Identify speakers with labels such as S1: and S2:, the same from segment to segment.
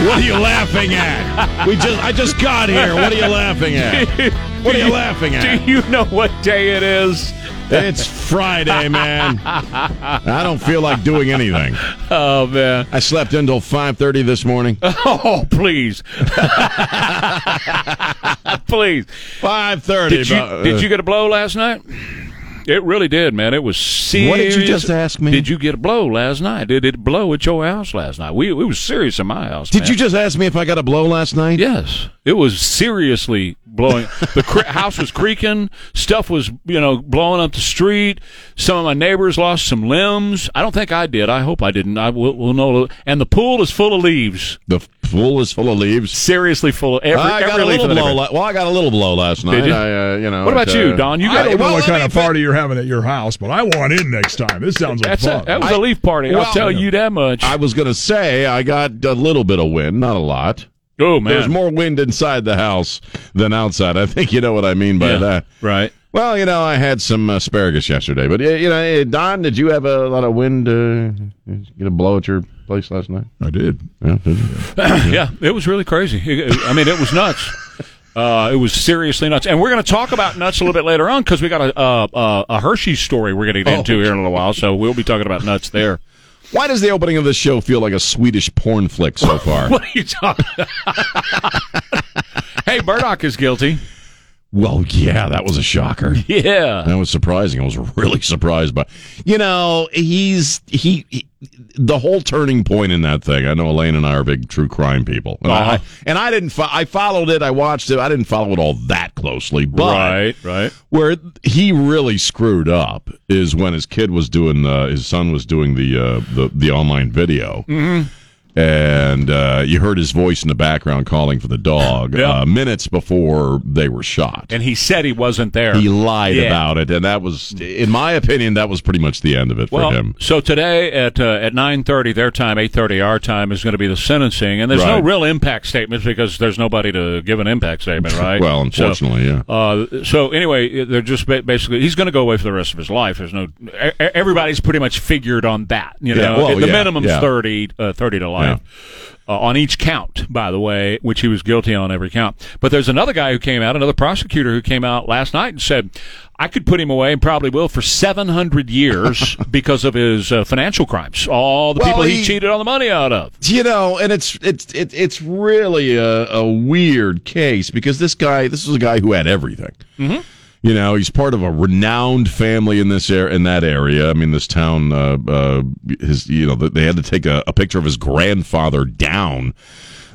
S1: What are you laughing at? We just I just got here. What are you laughing at? What are you laughing
S2: Do
S1: at?
S2: you know what day it is?
S1: It's Friday, man. I don't feel like doing anything.
S2: Oh man.
S1: I slept until 5:30 this morning.
S2: Oh please. please.
S1: 5:30.
S2: Did you
S1: but, uh,
S2: did you get a blow last night? It really did, man. It was serious.
S1: What did you just ask me?
S2: Did you get a blow last night? Did it blow at your house last night? We it was serious in my house.
S1: Did
S2: man.
S1: you just ask me if I got a blow last night?
S2: Yes, it was seriously blowing. The cre- house was creaking. Stuff was, you know, blowing up the street. Some of my neighbors lost some limbs. I don't think I did. I hope I didn't. I will, will know. And the pool is full of leaves.
S1: The pool is full of leaves.
S2: Seriously, full of every,
S1: I got
S2: every
S1: a
S2: leaf
S1: little
S2: in the
S1: blow.
S2: neighborhood.
S1: la- well, I got a little blow last night.
S2: you?
S1: I, uh, you know.
S2: What about
S1: it,
S2: you,
S1: uh,
S2: Don? You
S3: I
S2: got
S3: don't know
S1: Well,
S3: what
S1: let
S3: kind
S1: me
S3: of
S1: fi-
S3: party you're having at your house, but I want in next time. This sounds like
S2: that's a,
S3: fun.
S2: that was a leaf party.
S1: well,
S2: I'll tell you that much.
S1: I was gonna say I got a little bit of wind, not a lot.
S2: oh man,
S1: There's more wind inside the house than outside. I think you know what I mean by
S2: Yeah,
S1: that.
S2: Right.
S1: Well, you know, I had some asparagus yesterday, but uh, you know, eh, Don, did you have a lot of wind? Uh, did you get a blow at your place last night?
S3: I did.
S1: Yeah, did you?
S2: yeah, it was really crazy. It- it- I mean, it was nuts. Uh, it was seriously nuts, and we're going to talk about nuts a little bit later on because we got a uh, uh, a Hershey story we're
S1: Oh.
S2: going to get into here in a little while. So we'll be talking about nuts there.
S1: Why does the opening of this show feel like a Swedish porn flick so far?
S2: What are you talking? hey, Burdock is guilty.
S1: well, yeah, that was a shocker.
S2: Yeah,
S1: That was surprising. I was really surprised by. You know, he's he, he- the whole turning point in that thing. I know Elaine and I are big true crime people, and,
S2: Uh-huh.
S1: I, and I didn't. Fo- I followed it. I watched it. I didn't follow it all that closely, but
S2: right, right.
S1: where he really screwed up is when his kid was doing uh, his son was doing the uh, the the online video.
S2: Mm-hmm.
S1: And uh, you heard his voice in the background calling for the dog
S2: Yeah.
S1: uh, minutes before they were shot.
S2: And he said he wasn't there.
S1: He lied
S2: Yeah.
S1: about it, and that was, in my opinion, that was pretty much the end of it
S2: well,
S1: for him.
S2: so today at uh, at nine thirty their time, eight thirty our time is going to be the sentencing, and there's no
S1: Right.
S2: real impact statements because there's nobody to give an impact statement, right?
S1: Well,
S2: So-
S1: unfortunately, yeah.
S2: Uh, so anyway, they're just ba- basically he's going to go away for the rest of his life. There's no e- e- everybody's pretty much figured on that. You know,
S1: Yeah, well,
S2: the
S1: yeah,
S2: minimum's
S1: yeah.
S2: 30, uh, 30 to life. Uh, on each count, by the way, which he was guilty on every count. But there's another guy who came out, another prosecutor who came out last night and said, I could put him away and probably will for 700 years because of his uh, financial crimes. All the
S1: Well,
S2: people he,
S1: he-
S2: cheated on the money out of.
S1: You know, and it's it's it, it's really a, a weird case because this guy, this is a guy who had everything. Mm-hmm. You know, he's part of a renowned family in this air in that area. I mean, this town, uh, uh, his you know, they had to take a, a picture of his grandfather down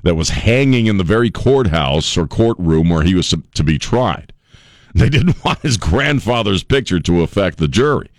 S1: that was hanging in the very courthouse or courtroom where he was to be tried. They didn't want his grandfather's picture to affect the jury.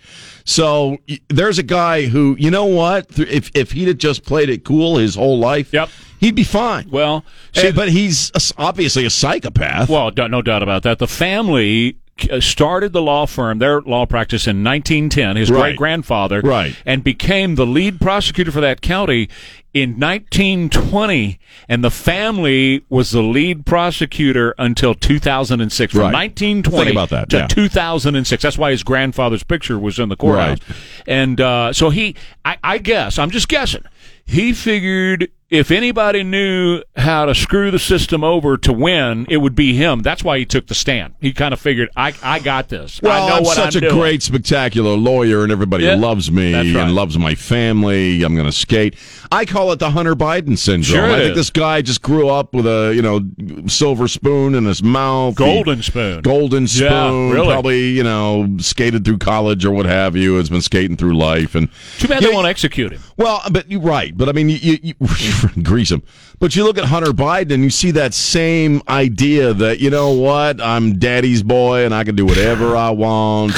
S1: So y- there's a guy who, you know what? Th- If if he'd have just played it cool his whole life,
S2: Yep.
S1: he'd be fine.
S2: Well,
S1: Eh, but he's a s- obviously a psychopath.
S2: Well, d- no doubt about that. The family uh, started the law firm, their law practice in 1910, his
S1: Right.
S2: great grandfather,
S1: Right.
S2: and became the lead prosecutor for that county in 1920. And the family was the lead prosecutor until 2006. From
S1: Right.
S2: 1920
S1: Think about that,
S2: to
S1: yeah.
S2: 2006. That's why his grandfather's picture was in the courthouse.
S1: Right.
S2: And uh, so he, I, I guess, I'm just guessing, he figured if anybody knew how to screw the system over to win, it would be him. That's why he took the stand. He kind of figured, I, I got this.
S1: Well,
S2: I know
S1: I'm
S2: what
S1: such
S2: I'm
S1: a
S2: doing.
S1: great, spectacular lawyer, and everybody
S2: Yeah.
S1: loves me
S2: That's right.
S1: and loves my family. I'm going to skate. I call it the Hunter Biden syndrome.
S2: Sure it
S1: I think
S2: is.
S1: this guy just grew up with a you know silver spoon in his mouth, He-
S2: golden spoon.
S1: golden spoon.
S2: Yeah, really.
S1: Probably you know skated through college or what have you. Has been skating through life and
S2: Too bad
S1: you
S2: they
S1: know,
S2: won't execute him.
S1: Well, but you're right. But I mean, you, you, you grease him. But you look at Hunter Biden and you see that same idea that, you know what, I'm daddy's boy and I can do whatever I want.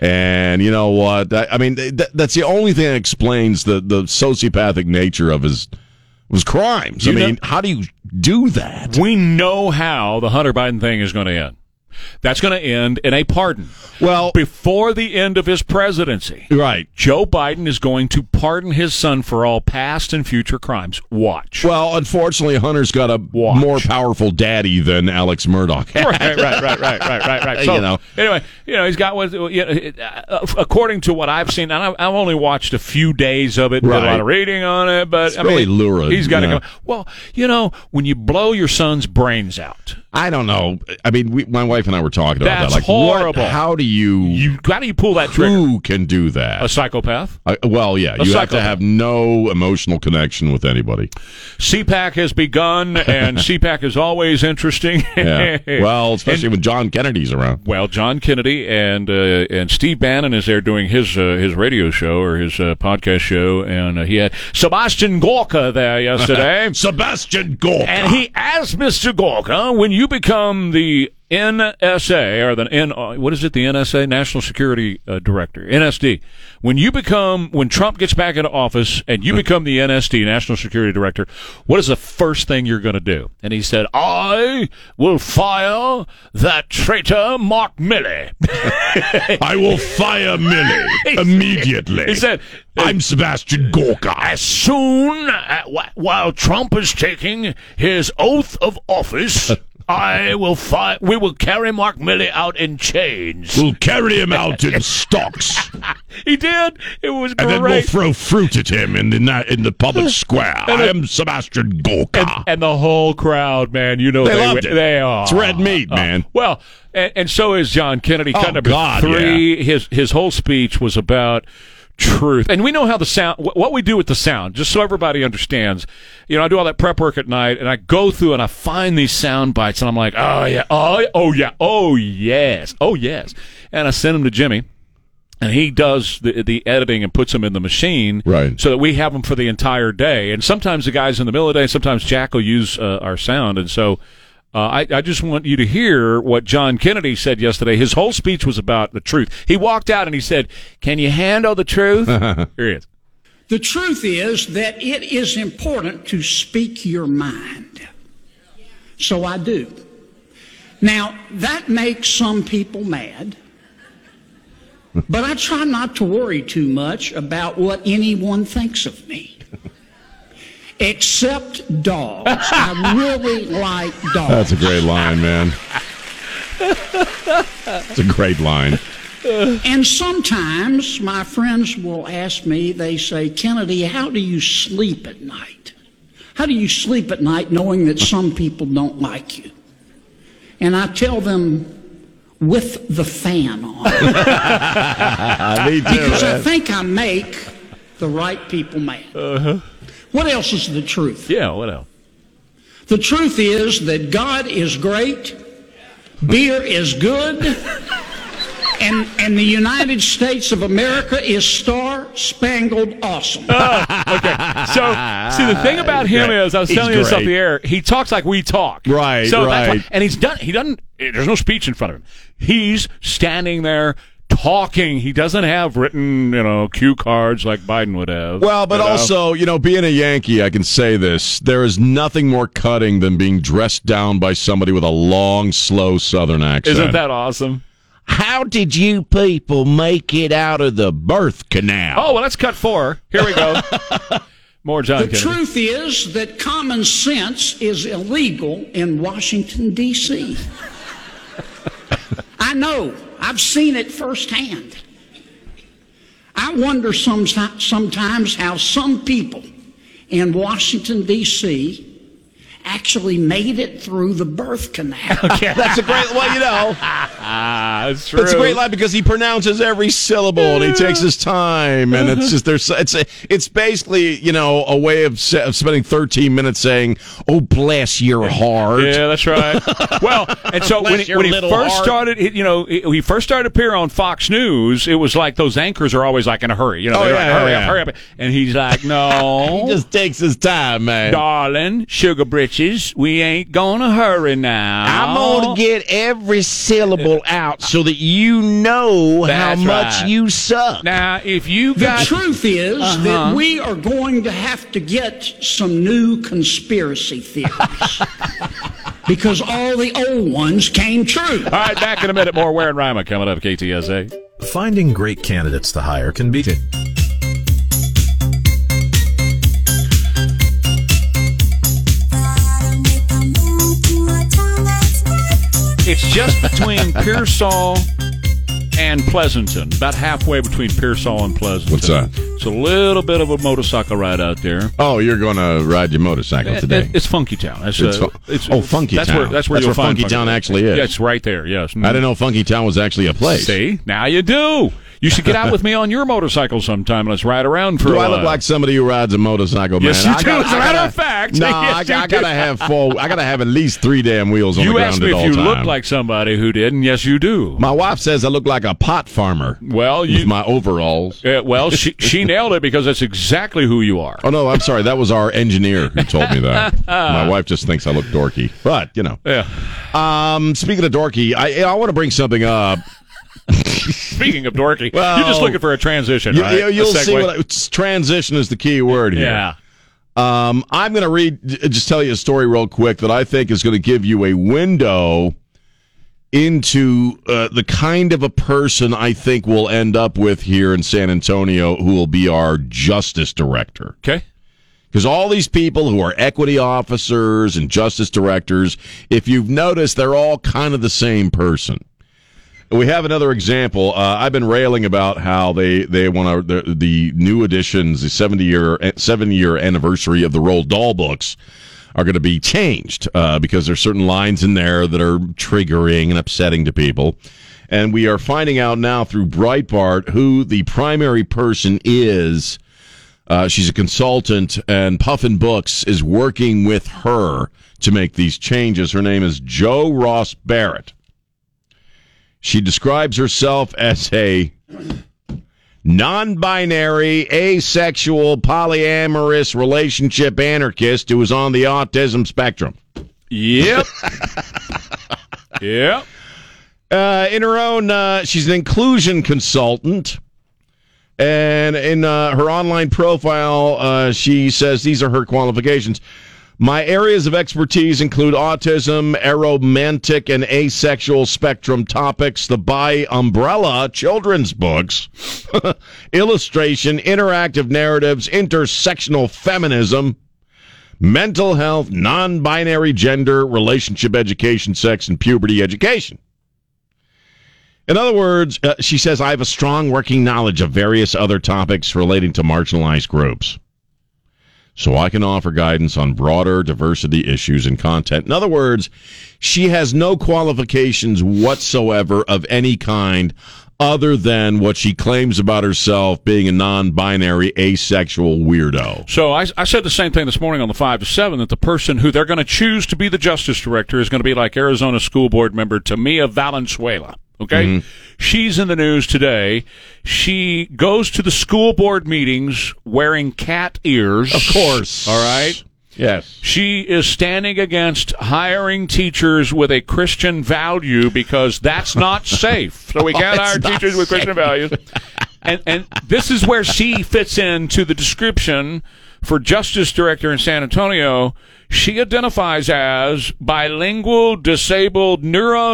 S1: And you know what? I, I mean, th- that's the only thing that explains the, the sociopathic nature of his was crimes.
S2: You
S1: I
S2: know-
S1: mean, how do you do that?
S2: We know how the Hunter Biden thing is going to end. That's going to end in a pardon.
S1: Well,
S2: Before the end of his presidency,
S1: right.
S2: Joe Biden is going to pardon his son for all past and future crimes. Watch.
S1: Well, unfortunately, Hunter's got a
S2: Watch.
S1: more powerful daddy than Alex Murdoch.
S2: right, right, right, right, right, right, right. So,
S1: You know.
S2: anyway, you know, he's got what, you know, it- uh, according to what I've seen, and I've, I've only watched a few days of it, did a
S1: Right.
S2: lot of reading on it, but I
S1: really
S2: mean,
S1: lurid,
S2: He's got to
S1: yeah.
S2: go. Well, you know, when you blow your son's brains out,
S1: I don't know. I mean, we, my wife and I were talking about
S2: That's
S1: that. Like,
S2: horrible.
S1: What, how do you?
S2: you how do you pull that trigger?
S1: who can do that?
S2: A psychopath.
S1: Uh, well, yeah, you have to
S2: psychopath.
S1: have no emotional connection with anybody.
S2: CPAC has begun, and CPAC is always interesting.
S1: Yeah. well, especially when John Kennedy's around.
S2: Well, John Kennedy and uh, and Steve Bannon is there doing his uh, his radio show or his uh, podcast show, and uh, he had Sebastian Gorka there yesterday.
S1: Sebastian Gorka.
S2: and he asked Mr. Gorka, "When you become the NSA or the N, uh, what is it? The NSA National Security uh, Director, NSD. When you become when Trump gets back into office and you become the NSD National Security Director, what is the first thing you're going to do?" And he said, "I will fire that traitor Mark Milley."
S1: I will fire Millie immediately.
S2: He said,
S1: I'm Sebastian Gorka.
S2: as soon uh, wh- while Trump is taking his oath of office, I will fi- we will carry Mark Milley out in chains.
S1: We'll carry him out in stocks,
S2: He did. It was
S1: and then we'll
S2: great.
S1: throw fruit at him in the na- in the public square. I am Sebastian Gorka.
S2: and, and the whole crowd, man, you know
S1: They
S2: they
S1: loved it.
S2: They are. Uh,
S1: It's red meat, man.
S2: Well, and, and so is John Kennedy.
S1: Oh,
S2: Cut number
S1: God,
S2: three. His his whole speech was about truth, and we know how the sound. wh- What we do with the sound, just so everybody understands. You know, I do all that prep work at night, and I go through and I find these sound bites, and I'm like, oh yeah, oh yeah, oh yeah, oh yes, oh yes, and I send them to Jimmy. And he does the, the editing and puts them in the machine,
S1: Right.
S2: So that we have them for the entire day. And sometimes the guys in the middle of the day, sometimes Jack will use uh, our sound. And so uh, I, I just want you to hear what John Kennedy said yesterday. His whole speech was about the truth. He walked out and he said, "Can you handle the truth?" Here he is.
S4: The truth is that it is important to speak your mind. So I do. Now, that makes some people mad, but I try not to worry too much about what anyone thinks of me. Except dogs. I really like dogs.
S1: That's a great line, man. It's a great line.
S4: And sometimes my friends will ask me, they say, Kennedy, how do you sleep at night? How do you sleep at night knowing that some people don't like you? And I tell them, with the fan on,
S1: I need
S4: because I think I make the right people mad. What else is the truth?
S2: Yeah, what else?
S4: The truth is that God is great, beer is good, and, and the United States of America is star spangled awesome.
S2: So, see, the thing about him
S1: Great.
S2: is, I was
S1: He's
S2: telling you this off
S1: great.
S2: the air. He talks like we talk,
S1: Right,
S2: So that's why-
S1: right.
S2: and he's done. He doesn't. There's no speech in front of him. He's standing there talking. He doesn't have written, you know, cue cards like Biden would have.
S1: Well, but
S2: you know?
S1: also, you know, being a Yankee, I can say this. There is nothing more cutting than being dressed down by somebody with a long, slow Southern accent.
S2: isn't that awesome?
S1: How did you people make it out of the birth canal?
S2: Oh, well, let's cut four. Here we go. More John
S4: The
S2: Kennedy.
S4: truth is that common sense is illegal in Washington, D.C. I know, I've seen it firsthand. I wonder some, sometimes how some people in Washington, D.C. actually made it through the birth canal.
S1: that's a great. Well, you know,
S2: Ah, it's true.
S1: it's a great line because he pronounces every syllable and he takes his time, and
S2: Uh-huh.
S1: it's just there's it's a, it's basically you know a way of, se- of spending 13 minutes saying, "Oh, bless your heart."
S2: Yeah, that's right. well, and so when
S1: Bless
S2: he,
S1: your
S2: when he
S1: little
S2: first
S1: heart.
S2: started, he- you know, he he first started appear on Fox News. It was like those anchors are always like in a hurry. You know,
S1: Oh,
S2: they're
S1: yeah, yeah,
S2: like, hurry
S1: yeah.
S2: up, hurry up, and he's like,
S1: He
S2: no.
S1: just takes his time, man.
S2: Darling, sugar britches, bitches. We ain't gonna hurry now.
S1: I'm going to get every syllable out so that you know how
S2: That's
S1: much
S2: right.
S1: you suck.
S2: Now, if you
S4: The
S2: got
S4: truth is that we are going to have to get some new conspiracy theories because all the old ones came true.
S2: All right, back in a minute. More Ware and Rima coming up, KTSA.
S5: Finding great candidates to hire can be.
S2: It's just between Pearsall and Pleasanton, about halfway between Pearsall and Pleasanton.
S1: What's that?
S2: It's a little bit of a motorcycle ride out there.
S1: Oh, you're going to ride your motorcycle
S2: It-
S1: today.
S2: it- it's Funky Town. That's,
S1: It's
S2: uh,
S1: fu- oh, Funky
S2: that's
S1: Town.
S2: Where, that's where
S1: That's
S2: you'll
S1: where
S2: find
S1: Funky Town actually is.
S2: Yeah, it's right there. Yes.
S1: I didn't know Funky Town was actually a place.
S2: See, now you do. You should get out with me on your motorcycle sometime. and Let's ride around for
S1: Do I
S2: a while.
S1: look like somebody who rides a motorcycle, man?
S2: Yes, you
S1: I
S2: do. As a
S1: I
S2: matter of fact.
S1: no,
S2: Yes,
S1: I,
S2: you
S1: I
S2: do.
S1: gotta have four. I gotta have at least three damn wheels on the
S2: you
S1: ground
S2: asked me
S1: at
S2: if
S1: all
S2: you
S1: time.
S2: looked like somebody who did, and yes, you do.
S1: My wife says I look like a pot farmer.
S2: Well, you-
S1: with my overalls.
S2: Uh, well, she, she nailed it because that's exactly who you are.
S1: Oh no, I'm sorry. That was our engineer who told me that. my wife just thinks I look dorky, but you know.
S2: Yeah.
S1: Um, speaking of dorky, I I want to bring something up.
S2: Speaking of dorky,
S1: Well,
S2: you're just looking for a transition,
S1: You,
S2: right?
S1: you, you'll
S2: A
S1: see.
S2: segue.
S1: What I, transition is the key word here.
S2: yeah.
S1: Um, I'm going to read, j- just tell you a story real quick that I think is going to give you a window into uh, the kind of a person I think we'll end up with here in San Antonio who will be our justice director.
S2: Okay.
S1: Because all these people who are equity officers and justice directors, if you've noticed, they're all kind of the same person. We have another example. Uh, I've been railing about how they they want to the, the new editions, the seventy year seven year anniversary of the Roald Dahl books are going to be changed uh, because there's certain lines in there that are triggering and upsetting to people. And we are finding out now through Breitbart who the primary person is. Uh, she's a consultant, and Puffin Books is working with her to make these changes. Her name is Joe Ross Barrett. She describes herself as a non binary, asexual, polyamorous relationship anarchist who is on the autism spectrum.
S2: Yep. yep.
S1: Uh, in her own, uh, she's an inclusion consultant. And in uh, her online profile, uh, she says these are her qualifications. My areas of expertise include autism, aromantic, and asexual spectrum topics, the bi umbrella, children's books, illustration, interactive narratives, intersectional feminism, mental health, non binary gender, relationship education, sex, and puberty education. In other words, uh, she says, I have a strong working knowledge of various other topics relating to marginalized groups. So I can offer guidance on broader diversity issues and content. In other words, she has no qualifications whatsoever of any kind other than what she claims about herself being a non binary asexual weirdo.
S2: So I, I said the same thing this morning on the five to seven that the person who they're going to choose to be the justice director is going to be like Arizona school board member Tamia Valenzuela. Okay, she's in the news today. She goes to the school board meetings wearing cat ears. Of
S1: course.
S2: all right.
S1: Yes.
S2: She is standing against hiring teachers with a Christian value because that's not safe. So we can't hire teachers with Christian values. And and this is where she fits into the description for justice director in San Antonio. She identifies as bilingual, disabled,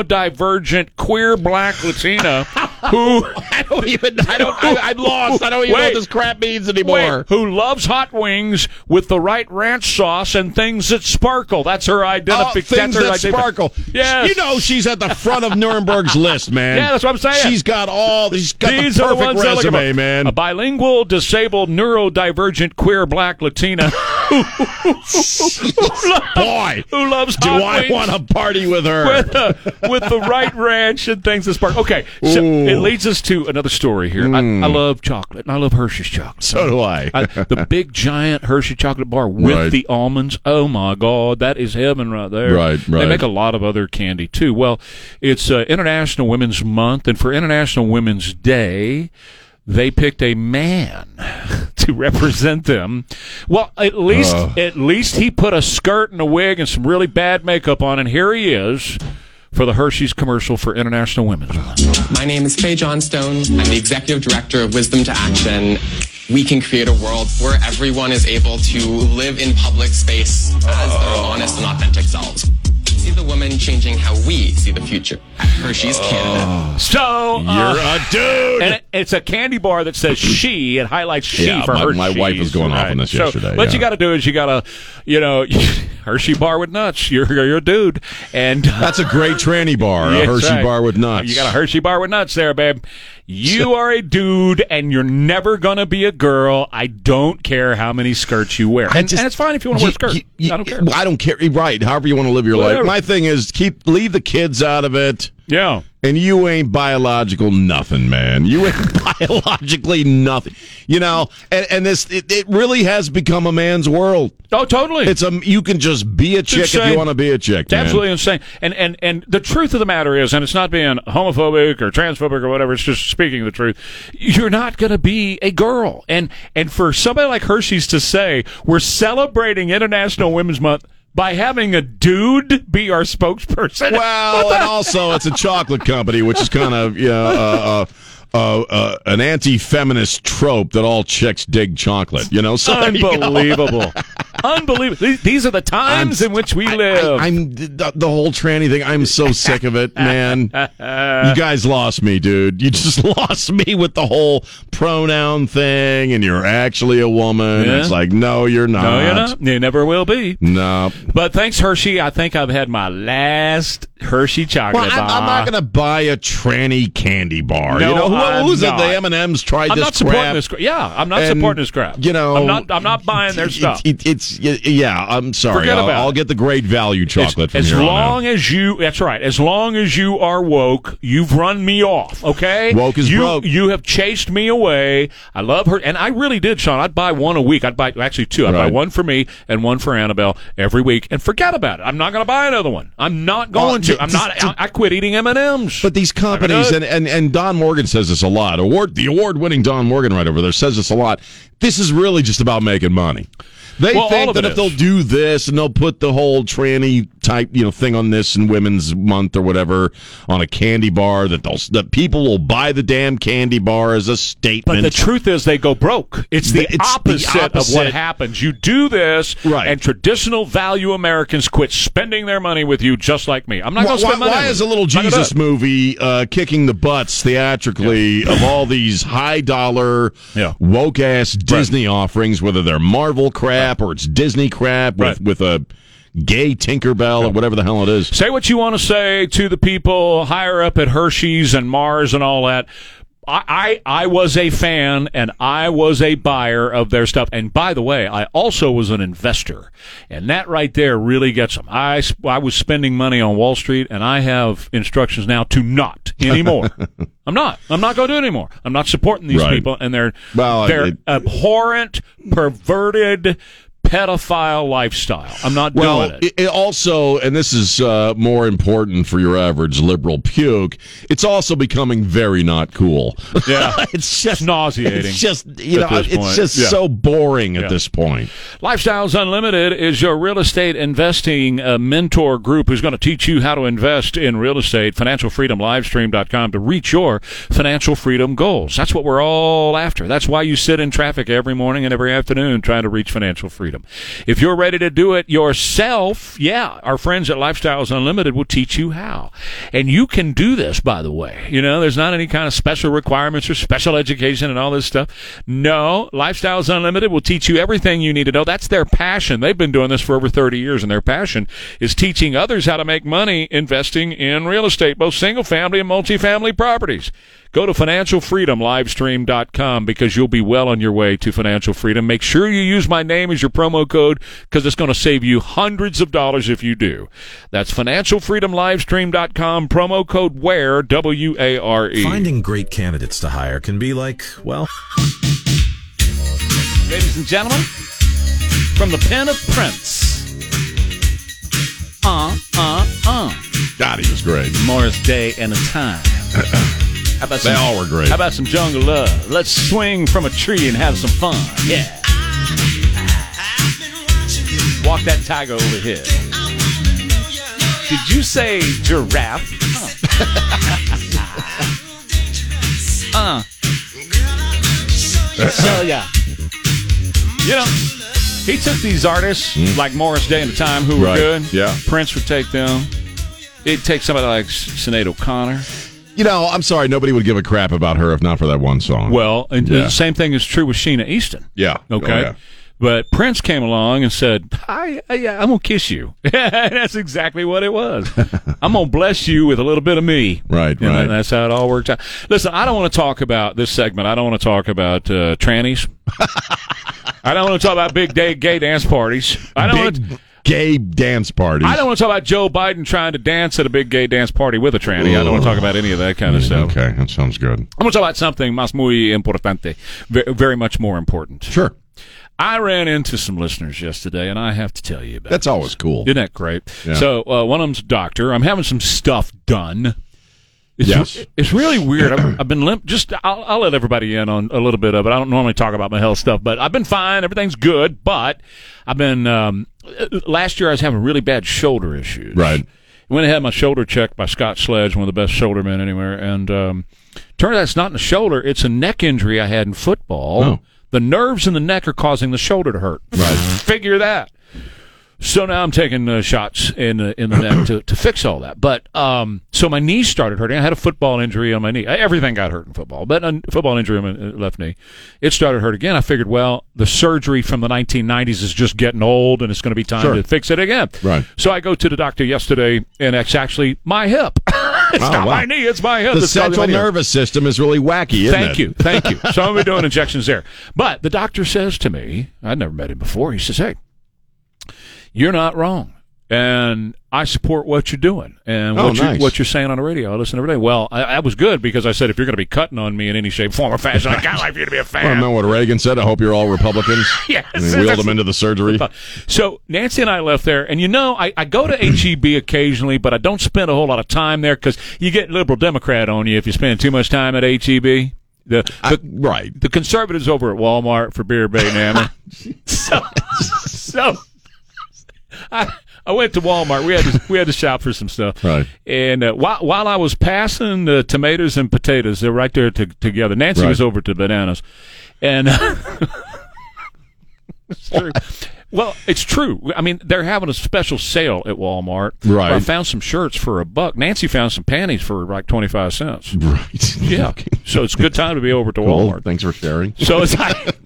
S2: neurodivergent, queer, black Latina who
S1: I don't even, I don't, I, I'm lost. I don't even know
S2: Wait.
S1: what this crap means anymore.
S2: Wait, who loves hot wings with the right ranch sauce and things that sparkle. That's her
S1: Oh,
S2: identification.
S1: things that sparkle.
S2: Yes.
S1: You know she's at the front of Nuremberg's list, man.
S2: Yeah, that's what I'm saying.
S1: She's got all. She's got
S2: These
S1: the
S2: are the
S1: perfect
S2: ones that look
S1: resume,
S2: about-
S1: man.
S2: A bilingual, disabled, neurodivergent, queer, black Latina
S1: Boy,
S2: who loves
S1: do
S2: hot
S1: I
S2: wings
S1: want to party with her?
S2: with, the, with the right ranch and things that sparkle. Okay, so
S1: Ooh. Hmm.
S2: it leads us to another story here. I, I love chocolate, and I love Hershey's chocolate.
S1: So do I.
S2: I, the big giant Hershey chocolate bar with
S1: Right.
S2: the almonds. Oh my God, that is heaven right there.
S1: Right,
S2: They
S1: right.
S2: make a lot of other candy too. Well, it's uh, International Women's Month, and for International Women's Day, they picked a man to represent them. Well, at least at least he put a skirt and a wig and some really bad makeup on, and here he is for the Hershey's commercial for International Women's Month.
S6: My name is Faye Johnstone. I'm the executive director of Wisdom to Action. We can create a world where everyone is able to live in public space as their honest and authentic selves. See the woman changing how we see the future at Hershey's Canada.
S2: So uh,
S1: You're a dude.
S2: and it, it's a candy bar that says she. It highlights she
S1: Yeah,
S2: for
S1: my-
S2: Hershey's.
S1: my wife was going off on this
S2: so
S1: yesterday,
S2: What
S1: yeah.
S2: you got to do is you got to, you know, Hershey bar with nuts. You're you're a dude, and uh,
S1: That's a great tranny bar, a
S2: That's
S1: Hershey
S2: right.
S1: bar with nuts.
S2: You got a Hershey bar with nuts there, babe. You are a dude, and you're never gonna be a girl. I don't care how many skirts you wear,
S1: I
S2: and,
S1: just-
S2: and it's fine if you want to wear a skirt.
S1: you- you-
S2: I don't care.
S1: I don't care. Right. However you want to live your
S2: Whatever.
S1: life. My thing is keep leave the kids out of it.
S2: yeah,
S1: And you ain't biological nothing, man. You ain't biologically nothing. You know, and, and this it, it really has become a man's world.
S2: oh, totally.
S1: It's a you can just be a chick if
S2: insane.
S1: you want to be a chick.
S2: It's
S1: man.
S2: absolutely insane. And, and and the truth of the matter is, and it's not being homophobic or transphobic or whatever, it's just speaking the truth. You're not going to be a girl. And and for somebody like Hershey's to say, we're celebrating International Women's Month by having a dude be our spokesperson.
S1: Well, and also it's a chocolate company, which is kind of you know uh, uh, uh, uh, an anti-feminist trope that all chicks dig chocolate. You know, so there you go.
S2: Unbelievable. Unbelievable. These, these are the times in which we live.
S1: I, am the, the whole tranny thing. I'm so sick of it, man. you guys lost me, dude. You just lost me with the whole pronoun thing, and you're actually a woman.
S2: Yeah.
S1: It's like, no, you're not.
S2: no, you're not. You never will be.
S1: No.
S2: But thanks, Hershey. I think I've had my last Hershey
S1: Well,
S2: chocolate
S1: I'm,
S2: bar.
S1: I'm not going to buy a tranny candy bar.
S2: No,
S1: you know, who,
S2: I'm
S1: who's
S2: not.
S1: it? The M and M's tried
S2: I'm
S1: this
S2: not supporting
S1: crap.
S2: this crap. Yeah, I'm not
S1: and,
S2: supporting this crap.
S1: You know,
S2: I'm not. I'm not buying their
S1: it-
S2: stuff.
S1: it- it's yeah. I'm sorry.
S2: Forget
S1: I'll,
S2: about
S1: I'll
S2: it.
S1: get the great value chocolate from
S2: as
S1: here on out.
S2: long as you, that's right. As long as you are woke, you've run me off. Okay,
S1: Woke is
S2: you,
S1: broke.
S2: You have chased me away. I love her, and I really did, Sean. I'd buy one a week. I'd buy actually two. I'd buy
S1: Right.
S2: one for me and one for Annabelle every week, and forget about it. I'm not going to buy another one. I'm not going to.
S1: th-
S2: I'm not.
S1: th-
S2: I, I quit eating M and M's.
S1: But these companies and, and and Don Morgan says this a lot. Award the award winning Don Morgan right over there says this a lot. This is really just about making money. They
S2: Well, all
S1: think
S2: of
S1: that
S2: it
S1: if
S2: is.
S1: they'll do this and they'll put the whole tranny type you know thing on this and Women's Month or whatever on a candy bar that they'll that people will buy the damn candy bar as a statement.
S2: But the truth is, they go broke. It's the,
S1: It's the
S2: opposite, of what
S1: opposite.
S2: happens. You do this,
S1: Right.
S2: and traditional value Americans quit spending their money with you, just like me. I'm not
S1: why,
S2: going to spend
S1: why-
S2: money.
S1: why
S2: with
S1: is
S2: you.
S1: a little
S2: Knock it
S1: Jesus
S2: up.
S1: movie uh, kicking the butts theatrically of all these high dollar
S2: Yeah.
S1: woke ass Disney offerings, whether they're Marvel crap or it's Disney crap with,
S2: Right.
S1: with a gay Tinkerbell or whatever the hell it is?
S2: Say what you want to say to the people higher up at Hershey's and Mars and all that. I, I I was a fan and I was a buyer of their stuff. And by the way, I also was an investor, and that right there really gets them. I s- I was spending money on Wall Street, and I have instructions now to not anymore. I'm not. I'm not going to do it anymore. I'm not supporting these
S1: Right.
S2: people and their
S1: Well,
S2: their
S1: it-
S2: abhorrent, perverted, pedophile lifestyle. I'm not
S1: Well,
S2: doing it.
S1: it, it also, and this is uh, more important for your average liberal puke, it's also becoming very not cool.
S2: Yeah.
S1: it's just
S2: nauseating
S1: It's just you
S2: at
S1: know,
S2: this
S1: it's
S2: point.
S1: just
S2: Yeah.
S1: so boring at
S2: Yeah.
S1: this point.
S2: Lifestyles Unlimited is your real estate investing uh, mentor group who's going to teach you how to invest in real estate. FinancialFreedomLivestream.com to reach your financial freedom goals. That's what we're all after. That's why you sit in traffic every morning and every afternoon trying to reach financial freedom. If you're ready to do it yourself, yeah, our friends at Lifestyles Unlimited will teach you how. And you can do this, by the way. You know, there's not any kind of special requirements or special education and all this stuff. No, Lifestyles Unlimited will teach you everything you need to know. That's their passion. They've been doing this for over 30 years, and their passion is teaching others how to make money investing in real estate, both single family and multifamily properties. Go to financialfreedomlivestream.com because you'll be well on your way to financial freedom. Make sure you use my name as your promo code because it's going to save you hundreds of dollars if you do. That's financialfreedomlivestream.com, promo code WARE, W A R E.
S5: Finding great candidates to hire can be like, well,
S2: Ladies and gentlemen, from the pen of Prince. Uh, uh, uh.
S1: God, he was great.
S2: Morris Day and a Time. Uh-uh. How about
S1: They all were great.
S2: How about some jungle love? Let's swing from a tree and have some fun. Yeah. Walk that tiger over here. Did you say giraffe? Huh. uh. So yeah. You know, he took these artists like Morris Day and the time who
S1: Mm-hmm.
S2: were
S1: Right.
S2: good.
S1: Yeah.
S2: Prince would take them. It'd take somebody like Sinead O'Connor.
S1: You know, I'm sorry, nobody would give a crap about her if not for that one song.
S2: Well, and
S1: Yeah.
S2: the same thing is true with Sheena Easton.
S1: Yeah.
S2: Okay.
S1: Oh, yeah.
S2: But Prince came along and said, I, I, yeah, I'm going to kiss you. that's exactly what it was. I'm going to bless you with a little bit of me.
S1: Right,
S2: And
S1: right.
S2: that's how it all worked out. Listen, I don't want to talk about this segment. I don't want to talk about uh, trannies. I don't want to talk about big day gay dance parties. I don't want
S1: Big gay dance parties.
S2: I don't want to talk about Joe Biden trying to dance at a big gay dance party with a tranny. I don't want to talk about any of that kind of
S1: Mm,
S2: stuff.
S1: Okay, that sounds good.
S2: I'm going to talk about something más muy importante, ve- very much more important.
S1: Sure.
S2: I ran into some listeners yesterday, and I have to tell you about.
S1: That's
S2: this.
S1: always cool.
S2: Isn't that great?
S1: Yeah.
S2: So uh, one of them's a doctor. I'm having some stuff done. It's,
S1: Yes.
S2: it's really weird. I've, I've been limp. Just I'll, I'll let everybody in on a little bit of it. I don't normally talk about my health stuff, but I've been fine. Everything's good. But I've been um, last year I was having really bad shoulder issues.
S1: Right.
S2: Went and had my shoulder checked by Scott Sledge, one of the best shoulder men anywhere, and um, turned out it's not in the shoulder; it's a neck injury I had in football.
S1: Oh.
S2: The nerves in the neck are causing the shoulder to hurt. Right. Figure that. So now I'm taking uh, shots in the in the neck to, to fix all that. But um, so my knee started hurting. I had a football injury on my knee. E, Everything got hurt in football, but a football injury on my uh, left knee. It started hurt again. I figured, well, the surgery from the 1990s is just getting old, and it's going to be time
S1: Sure.
S2: to fix it again.
S1: Right.
S2: So I go to the doctor yesterday, and it's actually my hip. it's
S1: Oh,
S2: not
S1: wow.
S2: my knee. It's my hip.
S1: The
S2: It's causing my
S1: central
S2: knee.
S1: nervous system is really wacky, isn't
S2: Thank
S1: it?
S2: you. Thank you. So I'm going to be doing injections there. But the doctor says to me, I'd never met him before. He says, Hey, you're not wrong. And I support what you're doing and
S1: Oh,
S2: what, you,
S1: nice.
S2: what you're saying on the radio. I listen every day. Well, I, I was good because I said, if you're going to be cutting on me in any shape, form, or fashion, I kind of like for you to be a fan.
S1: I don't know what Reagan said. I hope you're all Republicans.
S2: Yes.
S1: And he wheeled them into the surgery.
S2: So Nancy and I left there, and you know, I, I go to HEB occasionally, but I don't spend a whole lot of time there because you get liberal Democrat on you if you spend too much time at HEB. The,
S1: I- right.
S2: the conservatives over at Walmart for beer bait and hammer. so, so I, I went to Walmart. We had to, we had to shop for some stuff.
S1: Right.
S2: And uh, while while I was passing the tomatoes and potatoes, they're right there to, together. Nancy
S1: Right.
S2: was over to bananas, and it's true. Well, it's true. I mean, they're having a special sale at Walmart.
S1: Right.
S2: I found some shirts for a buck. Nancy found some panties for like twenty five cents.
S1: Right.
S2: Yeah.
S1: Okay.
S2: So it's a good time to be over to
S1: Cool.
S2: Walmart.
S1: Thanks for sharing.
S2: So it's like.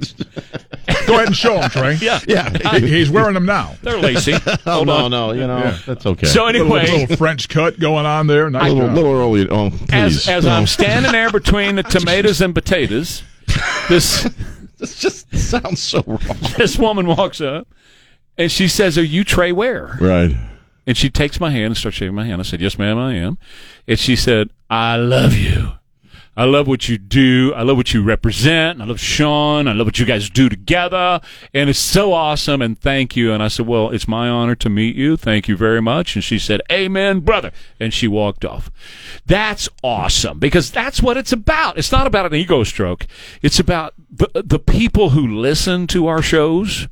S3: Go ahead and show him, Trey.
S2: Yeah.
S1: Yeah.
S3: He- He's wearing them now.
S2: They're lacy.
S1: oh,
S2: Hold
S1: no,
S2: on.
S1: no. You know, that's okay.
S2: So
S3: Little,
S2: anyway,
S3: little French cut going on there. Nice
S1: a little,
S3: job.
S1: little early. Oh, please.
S2: as, as
S1: no.
S2: I'm standing there between the tomatoes and potatoes, this
S1: this just sounds so wrong.
S2: this woman walks up and she says, "Are you Trey Ware?"
S1: Right.
S2: And she takes my hand and starts shaking my hand. I said, "Yes, ma'am, I am." And she said, "I love you. I love what you do. I love what you represent. I love Sean. I love what you guys do together, and it's so awesome. And thank you." And I said, "Well, it's my honor to meet you. Thank you very much." And she said, "Amen, brother." And she walked off. That's awesome because that's what it's about. It's not about an ego stroke. It's about the the people who listen to our shows.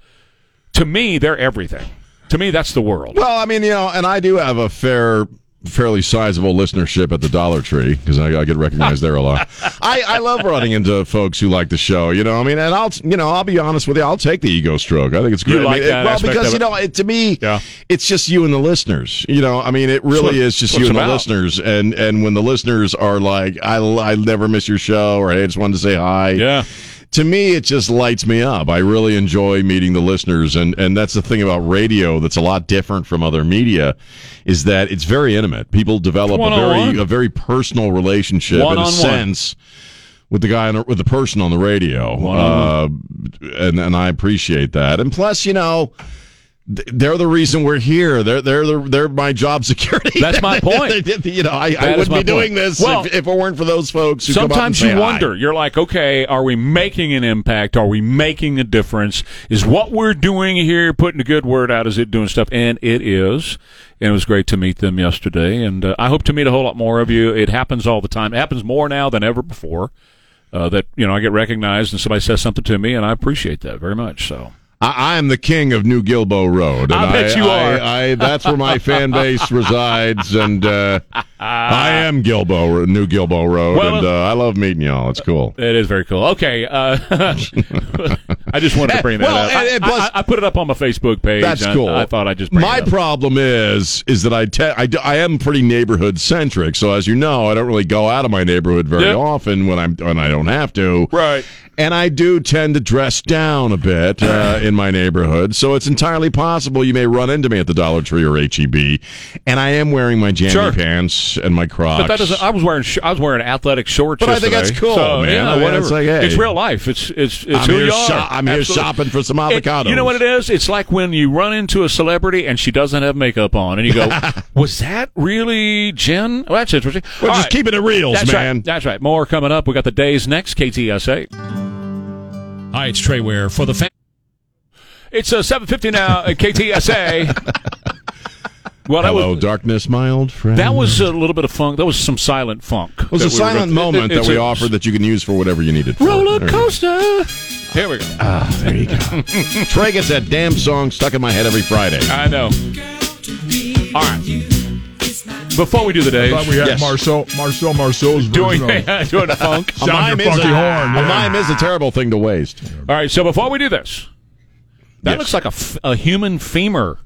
S2: To me, they're everything. To me, that's the world.
S1: Well, I mean, you know, and I do have a fair, fairly sizable listenership at the Dollar Tree because I, I get recognized there a lot. I, I love running into folks who like the show. You know, I mean, and I'll, you know, I'll be honest with you, I'll take the ego stroke. I think it's
S2: You
S1: great. I
S2: like
S1: mean, it-
S2: that
S1: well,
S2: aspect
S1: because
S2: of
S1: you
S2: it.
S1: know, it, to me,
S2: Yeah.
S1: it's just you and the listeners. You know, I mean, it really
S2: what-
S1: is just
S2: that's what
S1: you
S2: it's
S1: and the
S2: about.
S1: listeners. And and when the listeners are like, I, I never miss your show, or hey, I just wanted to say hi.
S2: Yeah.
S1: to me it just lights me up i really enjoy meeting the listeners and and that's the thing about radio that's a lot different from other media is that it's very intimate people develop a
S2: One-on-one.
S1: very a very personal relationship in a
S2: One-on-one.
S1: sense with the guy on, the- with the person on the radio uh, and and i appreciate that and plus you know th- they're the reason we're here. They're they're the, they're my job security.
S2: That's my point.
S1: you know, I, I
S2: That
S1: wouldn't
S2: is my
S1: be doing
S2: point.
S1: this
S2: Well,
S1: if, if it weren't for those folks. Who come up and
S2: Sometimes
S1: say
S2: you
S1: hi.
S2: wonder. You're like, okay, are we making an impact? Are we making a difference? Is what we're doing here putting a good word out? Is it doing stuff? And it is. And it was great to meet them yesterday. And uh, I hope to meet a whole lot more of you. It happens all the time. It happens more now than ever before. Uh, that you know, I get recognized and somebody says something to me, and I appreciate that very much. So.
S1: I, I am the king of New Gilbo Road.
S2: I bet you
S1: I-
S2: are.
S1: I, I- that's where my fan base resides, and uh, I am Gilbo, New Gilbo Road,
S2: Well,
S1: and uh, I love meeting y'all. It's cool.
S2: It is very cool. Okay, uh, I just wanted to bring that
S1: Well,
S2: up.
S1: and- and
S2: I-
S1: plus-
S2: I, I put it up on my Facebook page.
S1: That's
S2: and I-
S1: cool.
S2: I, thought I'd just bring
S1: my
S2: it up.
S1: problem is is that I, te- I, d- I am pretty neighborhood centric. So as you know, I don't really go out of my neighborhood very
S2: Yeah.
S1: often when I'm when I don't have to.
S2: Right.
S1: And I do tend to dress down a bit uh, in my neighborhood, so it's entirely possible you may run into me at the Dollar Tree or HEB, and I am wearing my jammy
S2: Sure.
S1: pants and my Crocs.
S2: But that doesn't. I was wearing. sh- I was wearing athletic shorts.
S1: But I think
S2: yesterday.
S1: that's cool,
S2: So,
S1: man.
S2: Yeah,
S1: I mean,
S2: whatever.
S1: it's like, hey,
S2: It's real life. It's it's it's
S1: I'm
S2: who
S1: here
S2: you are.
S1: shop- I'm here shopping for some
S2: It- you
S1: avocados.
S2: know what it is? It's like when you run into a celebrity and she doesn't have makeup on, and you go, "Was that really Jen?" Well, that's interesting.
S1: We're
S2: All
S1: just
S2: right.
S1: keeping it reals,
S2: That's
S1: man.
S2: right. That's right. More coming up. We got the days next. KTSA. Hi, it's Trey Ware for the fan. It's uh, seven fifty now. At KTSA. well, that
S1: Hello,
S2: was
S1: darkness, my old friend.
S2: that was a little bit of funk. That was some silent funk.
S1: It was a silent moment that we offered that you can use for whatever you needed. for.
S2: roller
S1: There you go.
S2: coaster. Here we go.
S1: Uh, There you go. Trey gets that damn song stuck in my head every Friday.
S2: I know. All right. Before we do the
S3: I thought we
S2: days,
S3: had
S1: Yes.
S3: Marcel, Marcel Marceau's
S2: doing
S3: version of
S2: doing the funk.
S3: Sound your
S1: mime is
S3: funky
S1: a,
S3: horn,
S1: a
S3: yeah.
S1: mime is a terrible thing to waste.
S2: All right. So before we do this, that
S1: Yes.
S2: looks like a, f- a human femur.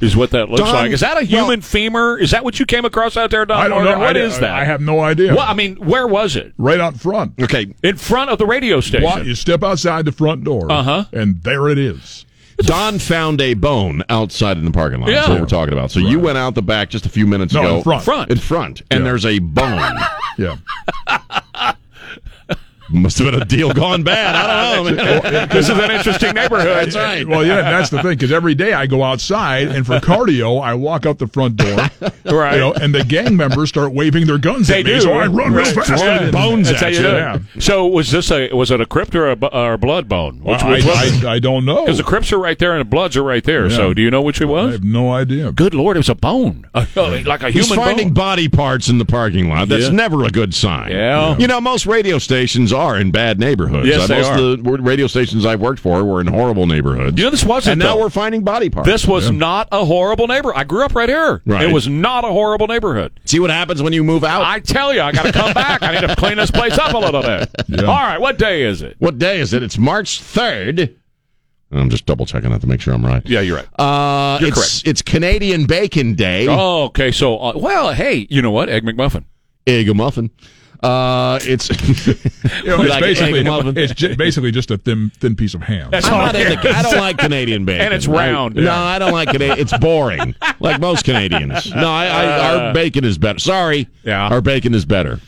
S2: Is what that looks
S1: Don-
S2: like. Is that a human femur? Is that what you came across out there, Don?
S3: I don't know.
S2: Morgan? What
S3: I,
S2: is that?
S3: I have no idea.
S2: Well, I mean, where was it?
S3: Right out front.
S1: Okay,
S2: In front of the radio station.
S3: Wa- You step outside the front door,
S2: Uh-huh.
S3: and there it is.
S1: Don found a bone outside in the parking lot. That's
S2: Yeah.
S1: what we're talking about. So you went out the back just a few minutes
S3: No,
S1: ago.
S3: in front.
S2: Front.
S1: In front, and
S3: Yeah.
S1: there's a bone.
S3: Yeah.
S1: Must have been a deal gone bad. I don't know. man.
S2: this is an interesting neighborhood.
S1: That's right.
S3: Well, yeah, that's the thing, because every day I go outside, and for cardio, I walk out the front door,
S2: Right.
S3: you know, and the gang members start waving their guns
S2: They
S3: at me,
S2: do.
S3: so I run real
S2: Right.
S3: fast.
S2: Yeah.
S3: and-
S1: bones
S2: That's how
S1: at
S2: you
S1: you.
S2: do it.
S3: Yeah.
S2: So was this a was it a crypt or a, bu- or a blood bone?
S3: Well, I, I, I don't know.
S2: Because the crypts are right there and the bloods are right there.
S3: Yeah.
S2: So do you know which it
S3: I
S2: was?
S3: have no idea.
S2: Good lord, it was a bone, A- a- like a
S1: He's
S2: human
S1: finding
S2: bone.
S1: body parts in the parking lot. That's
S2: Yeah.
S1: never a good sign.
S2: Yeah.
S1: You know, most radio stations are in bad neighborhoods. Uh,
S2: Yes, they
S1: most
S2: are.
S1: of the radio stations I've worked for were in horrible neighborhoods.
S2: you know this wasn't.
S1: and now
S2: though.
S1: we're finding body parts.
S2: This was not a horrible neighbor. I grew up right here.
S1: Right. Oh.
S2: It was not a horrible neighborhood.
S1: See what happens when you move out.
S2: I tell you, I got to come back. I need to clean this place up a little bit. All right, what day is it?
S1: what day is it? It's March 3rd. I'm just double checking that to make sure I'm right.
S2: Yeah, you're right.
S1: Uh,
S2: You're
S1: it's, It's Canadian Bacon Day.
S2: oh, okay. So, uh, well, hey, you know what? Egg McMuffin.
S1: Egg a muffin. Uh, it's.
S3: You know,
S1: We
S3: it's,
S1: like
S3: basically,
S1: egg muffin.
S3: it's ju- basically just a thin, thin piece of ham.
S2: That's
S1: I'm
S2: all.
S1: not into, I don't like Canadian bacon.
S2: And it's round.
S1: I- no, I don't like Canadian. It's boring, like most Canadians. No, I, I, our bacon is better. Sorry.
S2: Uh. Yeah.
S1: Our bacon is better.